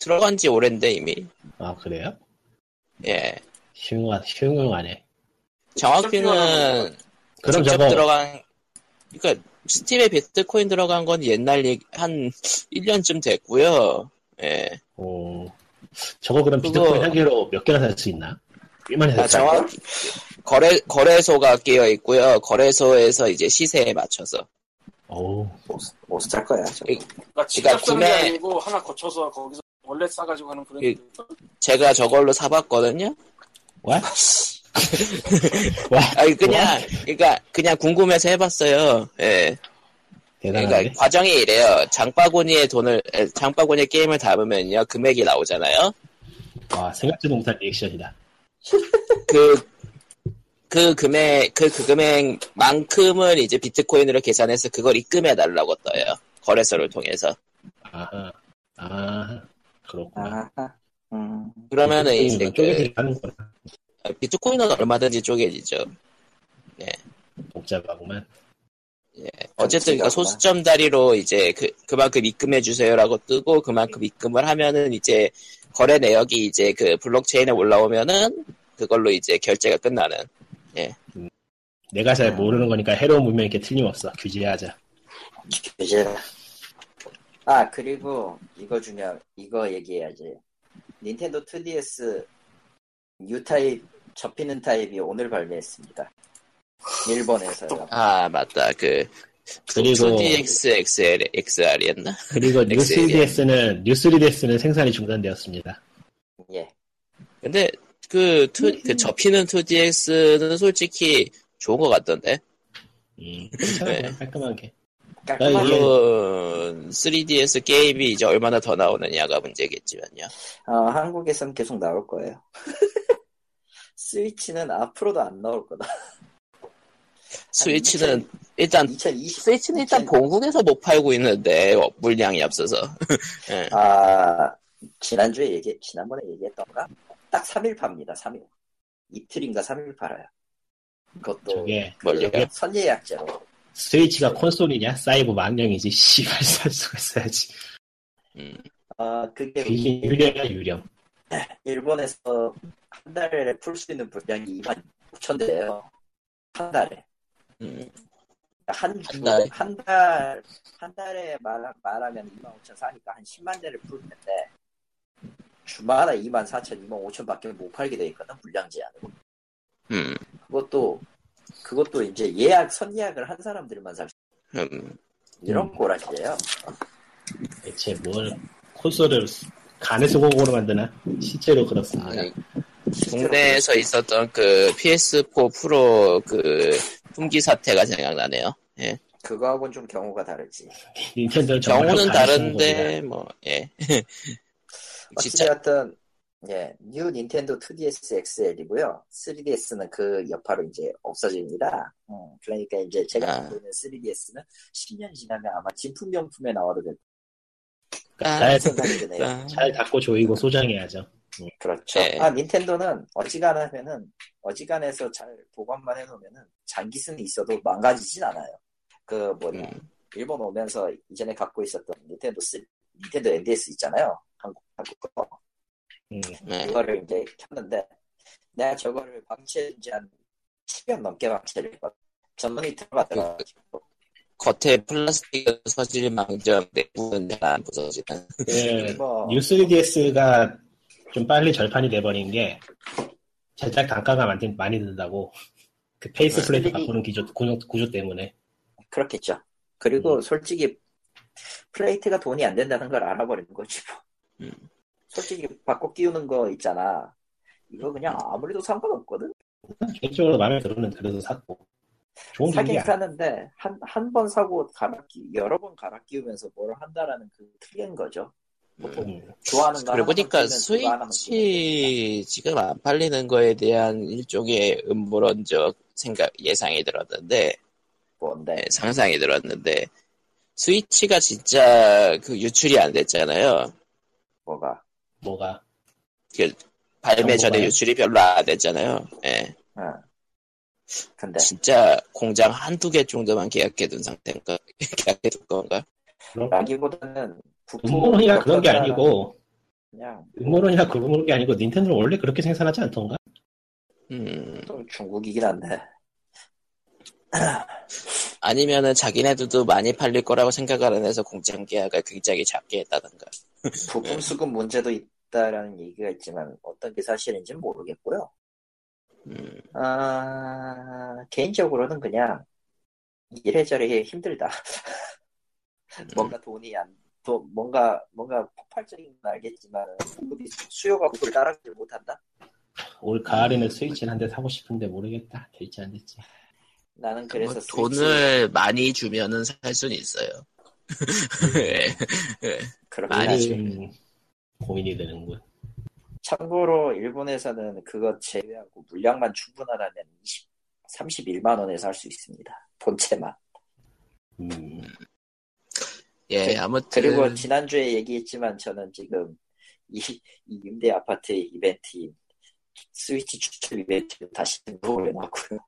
A: 들어간 지 오랜데 이미.
C: 아 그래요?
A: 예.
C: 흉흉한 흉흉하네.
A: 정확히는
C: 그럼
A: 직접
C: 저거
A: 들어간 그러니까 스팀에 비트코인 들어간 건 옛날 얘기 한 1년쯤 됐고요. 예.
C: 어, 저거 그럼
A: 그거-
C: 비트코인 한 개로 몇 개나 살 수 있나? 꽤 많이
A: 아,
C: 살수 있나?
A: 정확히 거래 거래소가 끼어 있고요. 거래소에서 이제 시세에 맞춰서
C: 오,
B: 못살 거야. 저거.
D: 그러니까 직접
A: 그러니까
D: 쓰는 게
A: 구매-
D: 아니고 하나 거쳐서 거기서 원래 싸가지고 하는 그런.
A: 예. 제가 저걸로 사봤거든요.
C: 와? 와,
A: 아니 그냥 그러니까 그냥 궁금해서 해봤어요. 예. 그러니까
C: 대단하네.
A: 과정이 이래요. 장바구니에 돈을 에, 장바구니에 게임을 담으면요 금액이 나오잖아요.
C: 와, 생각지도 못한 리액션이다.
A: 그 그 금액 그, 그 금액만큼을 이제 비트코인으로 계산해서 그걸 입금해 달라고 떠요. 거래소를 통해서.
C: 아하, 아하, 그렇구나.
B: 아하. 음.
A: 그러면은 이제
C: 비트코인이면
A: 그
C: 쪼개들이 하는 거라
A: 비트코인은 얼마든지 쪼개지죠.
C: 복잡하구만.
A: 어쨌든
C: 아,
A: 그러니까 소수점 다리로 이제 그, 그만큼 입금해 주세요라고 뜨고 그만큼 입금을 하면은 이제 거래 내역이 이제 그 블록체인에 올라오면은 그걸로 이제 결제가 끝나는
C: 내가
A: 아.
C: 잘 모르는 거니까 해로운 문명 이렇게 틀림없어. 규제하자.
B: 이제 아 그리고 이거 중요 이거 얘기해야지 닌텐도 2DS 뉴 타입 접히는 타입이 오늘 발매했습니다 일본에서요
A: 아 맞다 그
C: 그리고
A: 2DX XL, XR이었나?
C: 그리고 뉴
A: 엑셀이야.
C: 3DS는 뉴 3DS는 생산이 중단되었습니다.
B: 예
A: 근데 그, 투, 그 접히는 2DX는 솔직히 좋은 것 같던데
C: 음, 괜찮아
A: 네.
C: 요 깔끔하게.
A: 아,
B: 깔끔하게
A: 물론 3DS 게임이 이제 얼마나 더 나오느냐가 문제겠지만요
B: 어, 한국에선 계속 나올 거예요 스위치는 앞으로도 안 나올 거다
A: 스위치는 일단
B: 2020
A: 스위치는 일단 본국에서 못 팔고 있는데 어, 물량이 없어서
B: 아 지난주에 얘기 지난번에 얘기했던가 딱 3일 팝니다 3일 이틀인가 3일 팔아요 그것도
C: 저게
A: 멀리 가.
B: 선예약제로
C: 스위치가 콘솔이냐? 사이버 망령이지. 씨발 살 수가 있어야지.
A: 음.
B: 아 그게
C: 이게 유령이야 유령.
B: 일본에서 한 달에 풀 수 있는 분량이 2만 5천 대예요. 한 달에 그러니까
A: 음.
B: 한한
A: 한 달에?
B: 한 달, 한 달에 말하, 말하면 2만 5천 사니까 한 10만 대를 풀 텐데 주마다 2만 4천, 2만 5천밖에 못 팔게 돼 있거든 분량 제한으로.
A: 음.
B: 그것도 그것도 이제 예약 선예약을 한 사람들만 살 수
A: 음.
B: 있는 이런 꼬라지예요.
C: 대체 뭘 콘솔을 간에서 공고로 만드나? 실제로 그렇습니다.
A: 아니, 예. 국내에서 있었던 그 PS4 프로 그 품귀 사태가 생각나네요. 예.
B: 그거하고는 좀 경우가 다르지.
C: 닌텐도는 정말로
A: 경우는
C: 간에서 공고구나.
A: 다른데 뭐 예. 아, 진짜
B: 어찌되었든 예, 뉴 닌텐도 2DS XL이고요. 3DS는 그 여파로 이제 없어집니다. 음, 그러니까 이제 제가
A: 아.
B: 갖고 있는 3DS는 10년 지나면 아마 진품 명품에 나와도 될
A: 까- 아,
C: 잘,
B: 생각이 드네요.
A: 까-
C: 잘 닦고 조이고 소장해야죠.
B: 그렇죠.
A: 네.
B: 아 닌텐도는 어지간하면은 어지간해서 잘 보관만 해놓으면은 장기 쓰는 있어도 망가지진 않아요. 그 뭐냐
A: 음.
B: 일본 오면서 이전에 갖고 있었던 닌텐도 3, 닌텐도 NDS 있잖아요. 한국 한국 거.
C: 음,
A: 네.
B: 이거를 이제 켰는데 내가 저거를 방치한 지한 10년 넘게 방치를 했거든 전문이
A: 그,
B: 들어가더라고
A: 겉에 플라스틱 서질 망정 내부는 잘 안 부서지는
C: 그,
B: 뭐.
A: 네,
C: 뉴 3DS가 좀 빨리 절판이 돼버린 게 제작 단가가 많이, 많이 든다고 그 페이스
A: 아,
C: 플레이트 바꾸는 기조, 구조, 구조 때문에
B: 그렇겠죠
A: 음.
B: 그리고 솔직히 플레이트가 돈이 안 된다는 걸 알아버리는 거지 뭐
A: 음.
B: 솔직히 바꿔 끼우는 거 있잖아 이거 그냥 아무래도 상관없거든
C: 개인적으로 마음에 들어는 그래도 샀고 좋은
B: 사긴
C: 기기야
B: 사는데 한 한 번 사고 갈아 끼 여러 번 갈아 끼우면서 뭘 한다라는 그 틀린 거죠
C: 음,
B: 좋아하는 거
A: 그래
B: 하나
A: 보니까
B: 끼우면 그거 하나만 끼우면
A: 스위치 지금 안 팔리는 거에 대한 일종의 음모론적 생각 예상이 들었는데
B: 뭔데
A: 네, 상상이 들었는데 스위치가 진짜 그 유출이 안 됐잖아요.
B: 뭐가
C: 뭐가
A: 발매 전에
C: 정보가요?
A: 유출이 별로 안 됐잖아요. 예.
C: 네.
B: 근데
A: 진짜 공장 한두 개 정도만 계약해둔 상태인가? 계약해둔 건가?
B: 라기보다는
C: 음모론이라 그런 게 아니고
B: 그냥
C: 음모론이라 그런 게 아니고 닌텐도는 원래 그렇게 생산하지 않던가?
A: 음,
B: 또 중국이긴 한데
A: 아니면은 자기네들도 많이 팔릴 거라고 생각을 안 해서 공장 계약을 굉장히 작게 했다던가.
B: 부품 수급 문제도 있다라는 얘기가 있지만 어떤 게 사실인지는 모르겠고요.
A: 음,
B: 아, 개인적으로는 그냥 이래저래 힘들다. 뭔가 돈이 안, 돈, 뭔가 뭔가 폭발적인 건 알겠지만 수급이 수요가 그걸 따라가지 못한다.
C: 올 가을에는 스위치는 한 대 사고 싶은데 모르겠다. 될지 안 될지.
B: 나는
A: 뭐
B: 그래서 스위치
A: 돈을 많이 주면은 살 수는 있어요. 예.
B: 그렇게
A: 많이
B: 하지.
C: 지금 고민이 되는군.
B: 참고로 일본에서는 그거 제외하고 물량만 충분하다면 20, 31만 원에서 할 수 있습니다. 본체만.
C: 음,
A: 예, 아무튼
B: 그리고 지난주에 얘기했지만 저는 지금 이, 이 임대 아파트 이벤트인 스위치 추첨 이벤트를 다시 물어보려고요. 꼭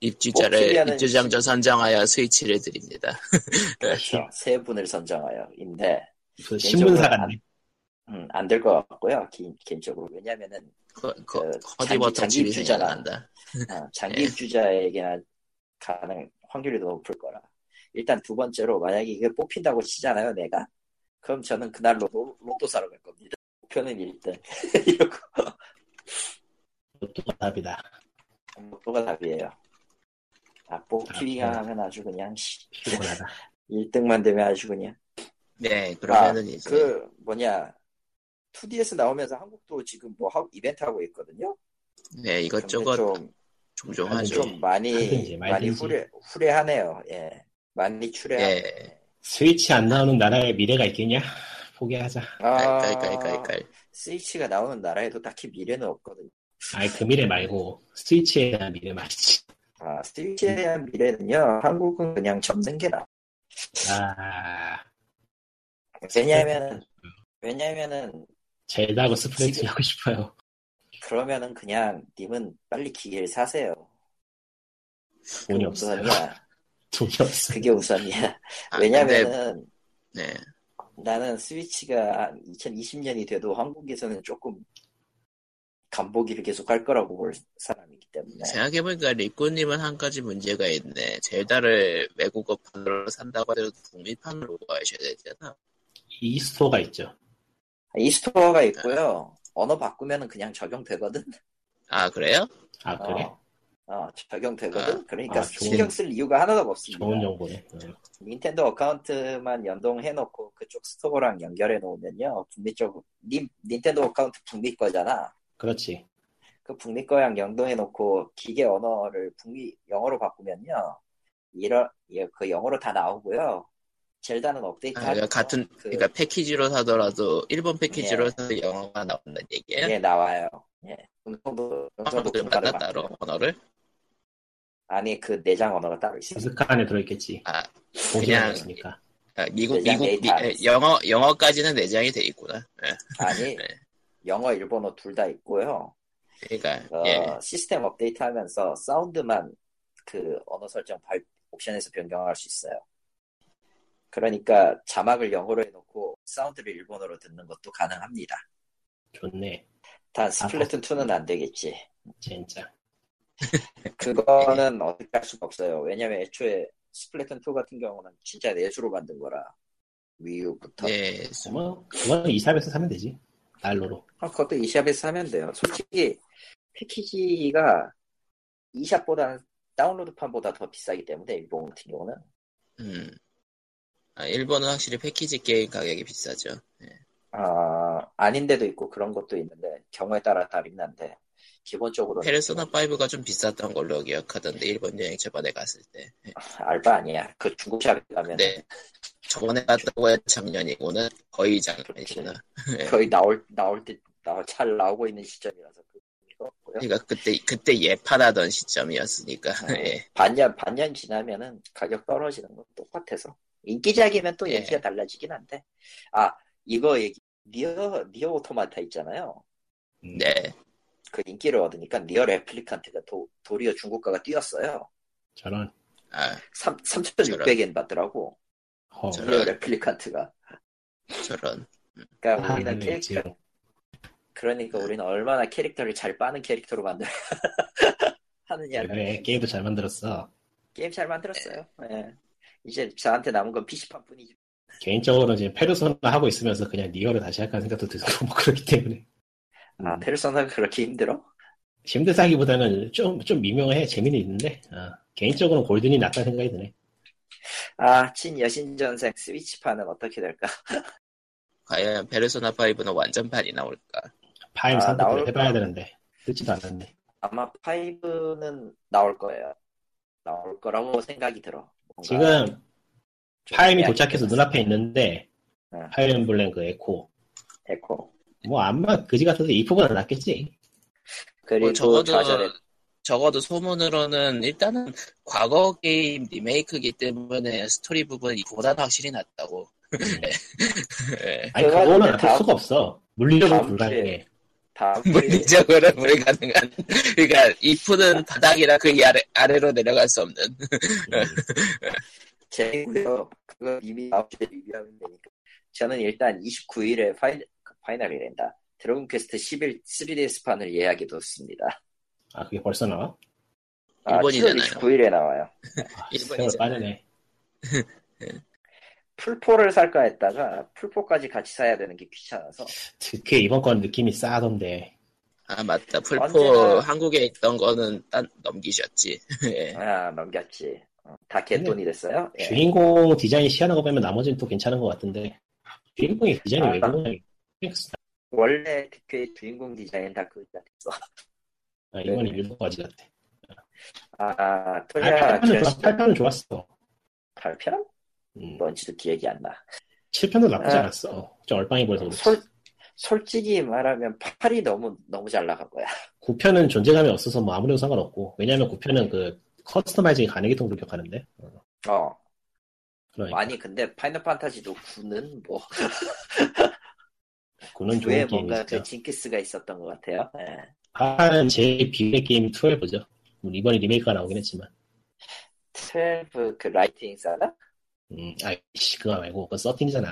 A: 입주자를
B: 필요하는
A: 입주장저 선정하여 스위치를 드립니다. 아.
B: 그래서 세 분을 선정하여 인데
C: 무슨 그 신문사
B: 개인적으로
C: 같네.
B: 음, 안 될 것 같고요. 개, 인적으로 왜냐면은
A: 거- 거-
B: 그 장기-
A: 커디버터
B: 장기
A: 집이
B: 입주잖아.
A: 생각난다.
B: 어, 장기 입주자에게는 가능 확률이 더 높을 거라. 일단 두 번째로 만약에 이게 뽑힌다고 치잖아요, 내가. 그럼 저는 그날 로또, 로또 사러 갈 겁니다. 목표는 일단 이러고
C: 또 답이다.
B: 로또가 답이에요. 아, 뽑기가 하면 아주 그냥 씨,
C: 피곤하다.
B: 1등만 되면 아주 그냥.
A: 네, 그러면은
B: 아,
A: 이제
B: 그 뭐냐 2DS 나오면서 한국도 지금 뭐 하고, 이벤트 하고 있거든요.
A: 네
B: 근데
A: 이것저것
B: 좀
A: 종종
C: 아니,
A: 하죠.
B: 좀 많이
C: 하든지
B: 많이
C: 말든지.
B: 후회 후회하네요. 예, 많이
A: 예,
B: 추레하네.
C: 스위치 안 나오는 나라의 미래가 있겠냐? 포기하자.
B: 아,
A: 깔깔깔깔깔.
B: 스위치가 나오는 나라에도 딱히 미래는 없거든요.
C: 아니 그 미래 말고 스위치에 대한 미래 말이지.
B: 아, 스위치에 대한 미래는요. 한국은 그냥 접는 게 나.
C: 아
B: 왜냐면은 왜냐면은
C: 젤다하고 스프레이트 하고 싶어요.
B: 그러면은 그냥 님은 빨리 기계를 사세요.
C: 돈이
B: 그게
C: 없어요.
B: 우선이야.
C: 돈이 없어.
B: 그게 우선이야.
A: 아, 근데,
B: 왜냐면은
A: 네,
B: 나는 스위치가 2020년이 돼도 한국에서는 조금 간보기를 계속 할 거라고 볼 사람이기 때문에
A: 생각해보니까 리꾸님은 한 가지 문제가 있네. 젤다를 외국어판으로 산다고 해도 북미판으로 구하셔야 되잖아.
C: 이 스토어가 있죠.
B: 이 스토어가 있고요
A: 네.
B: 언어 바꾸면 그냥 적용되거든
A: 아 그래요?
C: 아 그래?
B: 어, 어, 적용되거든 그러니까
C: 아, 좋은-
B: 신경 쓸 이유가 하나도 없습니다
C: 좋은 정보네. 어. 응.
B: 닌텐도 어카운트만 연동해 놓고 그쪽 스토어랑 연결해 놓으면요 북미 쪽 닌, 닌텐도 어카운트 북미 거잖아
C: 그렇지.
B: 그 북미 거랑 연동해 놓고 기계 언어를 북미 영어로 바꾸면요. 이런 예, 그 영어로 다 나오고요. 젤다는 업데이트
A: 아,
B: 하죠.
A: 그러니까 같은
B: 그,
A: 그러니까 패키지로 사더라도 일본 패키지로
B: 예.
A: 사도 영어가 나온다는 얘기예요?
B: 예 나와요. 예. 음성도 음성도
A: 언어를
B: 분간을
A: 받아 따로
B: 만들고.
A: 언어를
B: 아니 그 내장 언어가 따로 있어요.
C: 스카 안에 들어있겠지.
A: 아,
C: 보기만
A: 그냥-
C: 있으니까.
A: 아, 미국
B: 내장
A: 미국 미,
B: 데이터.
A: 에, 영어 영어까지는 내장이 돼 있구나. 예.
B: 아니 영어 일본어 둘 다 있고요.
A: 그러니까
B: 어,
A: 예.
B: 시스템 업데이트하면서 사운드만 그 언어 설정 발 옵션에서 변경할 수 있어요. 그러니까 자막을 영어로 해놓고 사운드를 일본어로 듣는 것도 가능합니다.
C: 좋네.
B: 단 스플래툰 2는 안 되겠지.
C: 진짜.
B: 그거는 어떻게 할 수가 없어요. 왜냐면 애초에 스플래툰 2 같은 경우는 진짜 내수로 만든 거라 위유부터.
A: 예.
C: 뭐 그건 이샵에서 사면 되지. 달러로.
B: 아, 그것도 이샵에서 하면 돼요. 솔직히 패키지가 이샵보다는 다운로드판보다 더 비싸기 때문에 일본 같은 경우는
A: 음. 아, 일본은 확실히 패키지 게임 가격이 비싸죠.
B: 아 아닌데도 있고 그런 것도 있는데 경우에 따라 다르긴 한데 기본적으로
A: 페르소나 5가 좀 비쌌던 걸로 기억하던데 일본 여행 저번에 갔을 때. 예.
B: 알바 아니야. 그 중국샵에 가면
A: 근데 네. 저번에 갔다고 해도 작년이고는 거의 작년이구나. 네.
B: 거의 나올 나올 때잘 나오고 있는 시점이라서 그 의미가 없고요.
A: 그러니까 그때 그때 예판하던 시점이었으니까.
B: 아,
A: 예.
B: 반년 반년 지나면은 가격 떨어지는 건 똑같아서 인기작이면 또
A: 예.
B: 얘기가 달라지긴 한데 아 이거 얘기 니어 니어 오토마타 있잖아요
A: 네.
B: 그 인기를 얻으니까 니어 레플리칸트가 도, 도리어 중고가가 뛰었어요
C: 저런.
A: 아,
B: 3 3,600엔 받더라고
C: 허.
A: 저런.
B: 니어 레플리칸트가
A: 저런.
B: 그러니까
C: 아,
B: 우리는
C: 네,
B: 캐릭터
C: 지금. 네.
B: 그러니까 우리는 얼마나 캐릭터를 잘 빠는 캐릭터로 만들 하느냐
C: 그래 게임도 잘 만들었어.
B: 게임 잘 만들었어요 예. 이제 저한테 남은 건 PC판 뿐이지
C: 개인적으로 지금 페르소나 하고 있으면서 그냥 니어를 다시 할까 생각도 들고 뭐 그렇기 때문에.
B: 아
C: 음.
B: 페르소나가 그렇게 힘들어?
C: 힘들다기보다는 좀, 좀 미묘해. 재미는 있는데. 어. 개인적으로는 골든이 낫다 생각이 드네.
B: 아, 친 여신전생 스위치판은 어떻게 될까?
A: 과연 페르소나 5는 완전판이 나올까? 뭐
C: 파임
B: 아,
C: 선택을
B: 나올
C: 해봐야
B: 거야.
C: 되는데 뜨지도 않았네.
B: 아마 5는 나올 거예요. 나올 거라고 생각이 들어. 뭔가
C: 지금 뭐
B: 좀 아.
C: 파임이
B: 애매하게
C: 도착해서 눈앞에 있는데
B: 응.
C: 파이엠블랭그 에코
B: 됐고.
C: 뭐 아마 그지 같아도 이 부분은 낫겠지.
B: 그리고
A: 뭐 적어도
B: 좌절에
A: 적어도 소문으로는 일단은 과거 게임 리메이크기 때문에 스토리 부분이 보다는 확실히 낫다고. 예.
C: 아니
B: 그건
C: 그거는 할
B: 다음- 예.
C: 수가 없어. 물리적으로
B: 다음 주에.
C: 불가능해.
B: 다음
C: 뭐
B: 주에
A: 물리적으로 뭐 불가능한. 그러니까 이 푸는 바닥이라 그 아래 아래로 내려갈 수 없는.
C: 음.
B: 재고요. 그거 이미 아홉 주에 리뷰하면 되니까. 저는 일단 29일에 파이, 파이널이 된다. 드래곤 퀘스트 11 3DS판을 예약해뒀습니다.
C: 아 그게 벌써 나와?
B: 아,
A: 일본이잖아요.
B: 7월 29일에 나와요.
C: 아,
A: 일본이잖아요.
C: 세월 빠르네.
B: 풀포를 살까 했다가 풀포까지 같이 사야 되는 게 귀찮아서
C: 특히 이번 건 느낌이 싸던데.
A: 아 맞다. 풀포
B: 언제나-
A: 한국에 있던 거는 딴 넘기셨지. 예.
B: 아, 넘겼지. 어, 다 개돈이 됐어요. 예.
C: 주인공 디자인이 시원한 거 빼면 나머지는 또 괜찮은 것 같은데. 주인공의 디자인이
B: 아,
C: 왜
B: 나-
C: 그러냐.
B: 원래 특히 주인공 디자인 다 그거다 됐어.
C: 아, 이건
B: 네.
C: 일본까지 같아.
B: 아,
C: 아,
B: 토리아
C: 8편은 좋았어.
B: 결심
C: 8편은 좋았어.
B: 8편?
C: 음,
B: 뭔지도 기억이 안 나.
C: 7편도 나쁘지
B: 아.
C: 않았어. 좀 얼빵이 보여서 그렇지.
B: 솔, 솔직히 말하면 8이 너무 너무 잘 나간 거야.
C: 9편은 존재감이 없어서 뭐 아무래도 상관없고. 왜냐면 9편은 그 커스터마이징이 가능했던 걸로 기억하는데. 어,
B: 어.
C: 그러니까
B: 아니 근데 파이널 판타지도 9는 뭐
C: 그는
B: 왜
C: 좋은
B: 뭔가 그
C: 게임이죠.
B: 징크스가 있었던 것 같아요. 예.
C: 8은 제일 비밀 게임 12죠. 뭐 이번에 리메이크가 나오긴 했지만.
B: 12그 라이팅 사나?
C: 음, 아이씨, 그거 말고, 그건 13이잖아.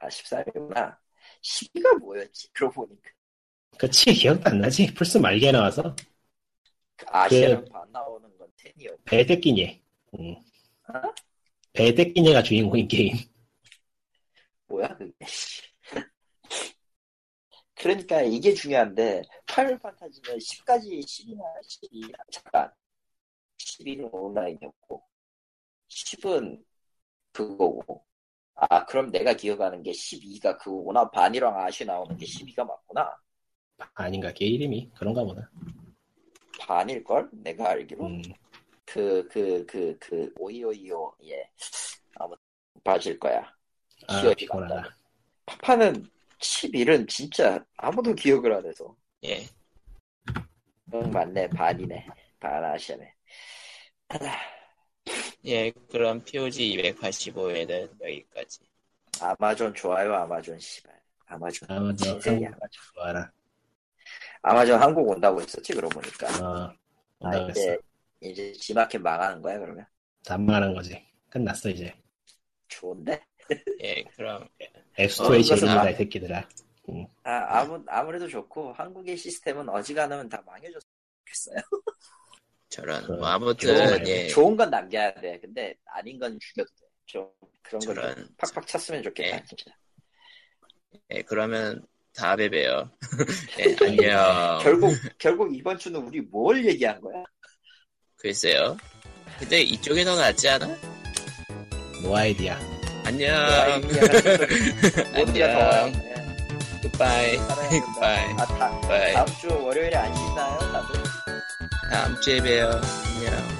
B: 아 13이구나. 12가 뭐였지? 그러고 보니까
C: 그, 치, 기억도 안 나지? 플스 말기에 나와서, 그
B: 아시아랑 반 나오는 건 10이었고
C: 베데끼니. 음.
B: 어?
C: 베데끼니가 주인공인 게임.
B: 뭐야 그게. 그러니까 이게 중요한데 파이널 판타지는 10까지 10이나 12 잠깐 12는 온라인이었고 10은 그거고 아 그럼 내가 기억하는 게 12가 그거구나 반이랑 아시 나오는 게 12가 맞구나
C: 아닌가, 걔 이름이. 그런가 보다.
B: 반일걸 내가 알기로
C: 음.
B: 그 그 그 그 오이오이오 예 아무튼 맞을 거야
C: 아,
B: 기억이
C: 피곤하다.
B: 파파는 11은 진짜 아무도 기억을 안 해서
A: 예.
B: 응, 맞네. 반이네. 반 아시아네.
A: 예, 그럼 POG 285회는 여기까지.
B: 아마존 좋아요, 아마존, 씨발. 아마존.
C: 아마존. 뭐,
B: 신세계 아마존.
C: 좋아라.
B: 아마존 한국 온다고 했었지, 그러고 보니까.
C: 어,
B: 아,
C: 온다고 했어.
B: 이제, 이제 지마켓 망하는 거야, 그러면?
C: 단말한 거지. 끝났어, 이제.
B: 좋은데?
A: 예, 그럼
C: 엑스토에
B: 어,
C: 제일이다,
B: 그렇구나.
C: 이 새끼들아.
B: 아, 아무, 아무래도 좋고, 한국의 시스템은 어지간하면 다 망해줬으면 좋겠어요.
A: 저런
C: 그럼
A: 뭐
C: 좋은
A: 아무튼 예,
B: 좋은 건 남겨야 돼. 근데 아닌 건 죽여도 돼. 좀, 그런 걸좀
A: 저런
B: 팍팍 찼으면 좋겠다,
A: 예.
B: 진짜.
A: 예, 그러면 다음에 봬요. 예, 안녕.
B: 결국, 결국 이번 주는 우리 뭘 얘기한 거야?
A: 글쎄요. 근데 이쪽이 더 낫지 않아?
C: 노 아이디야.
A: 안녕.
B: 네. 모두가 더워요. 예.
A: 굿바이.
B: 알아야
A: 굿바이.
B: 된다. 아, 다,
A: 바이.
B: 다음 주 월요일에 안 쉬나요, 다들?
A: 다음 주에 봬요. 안녕.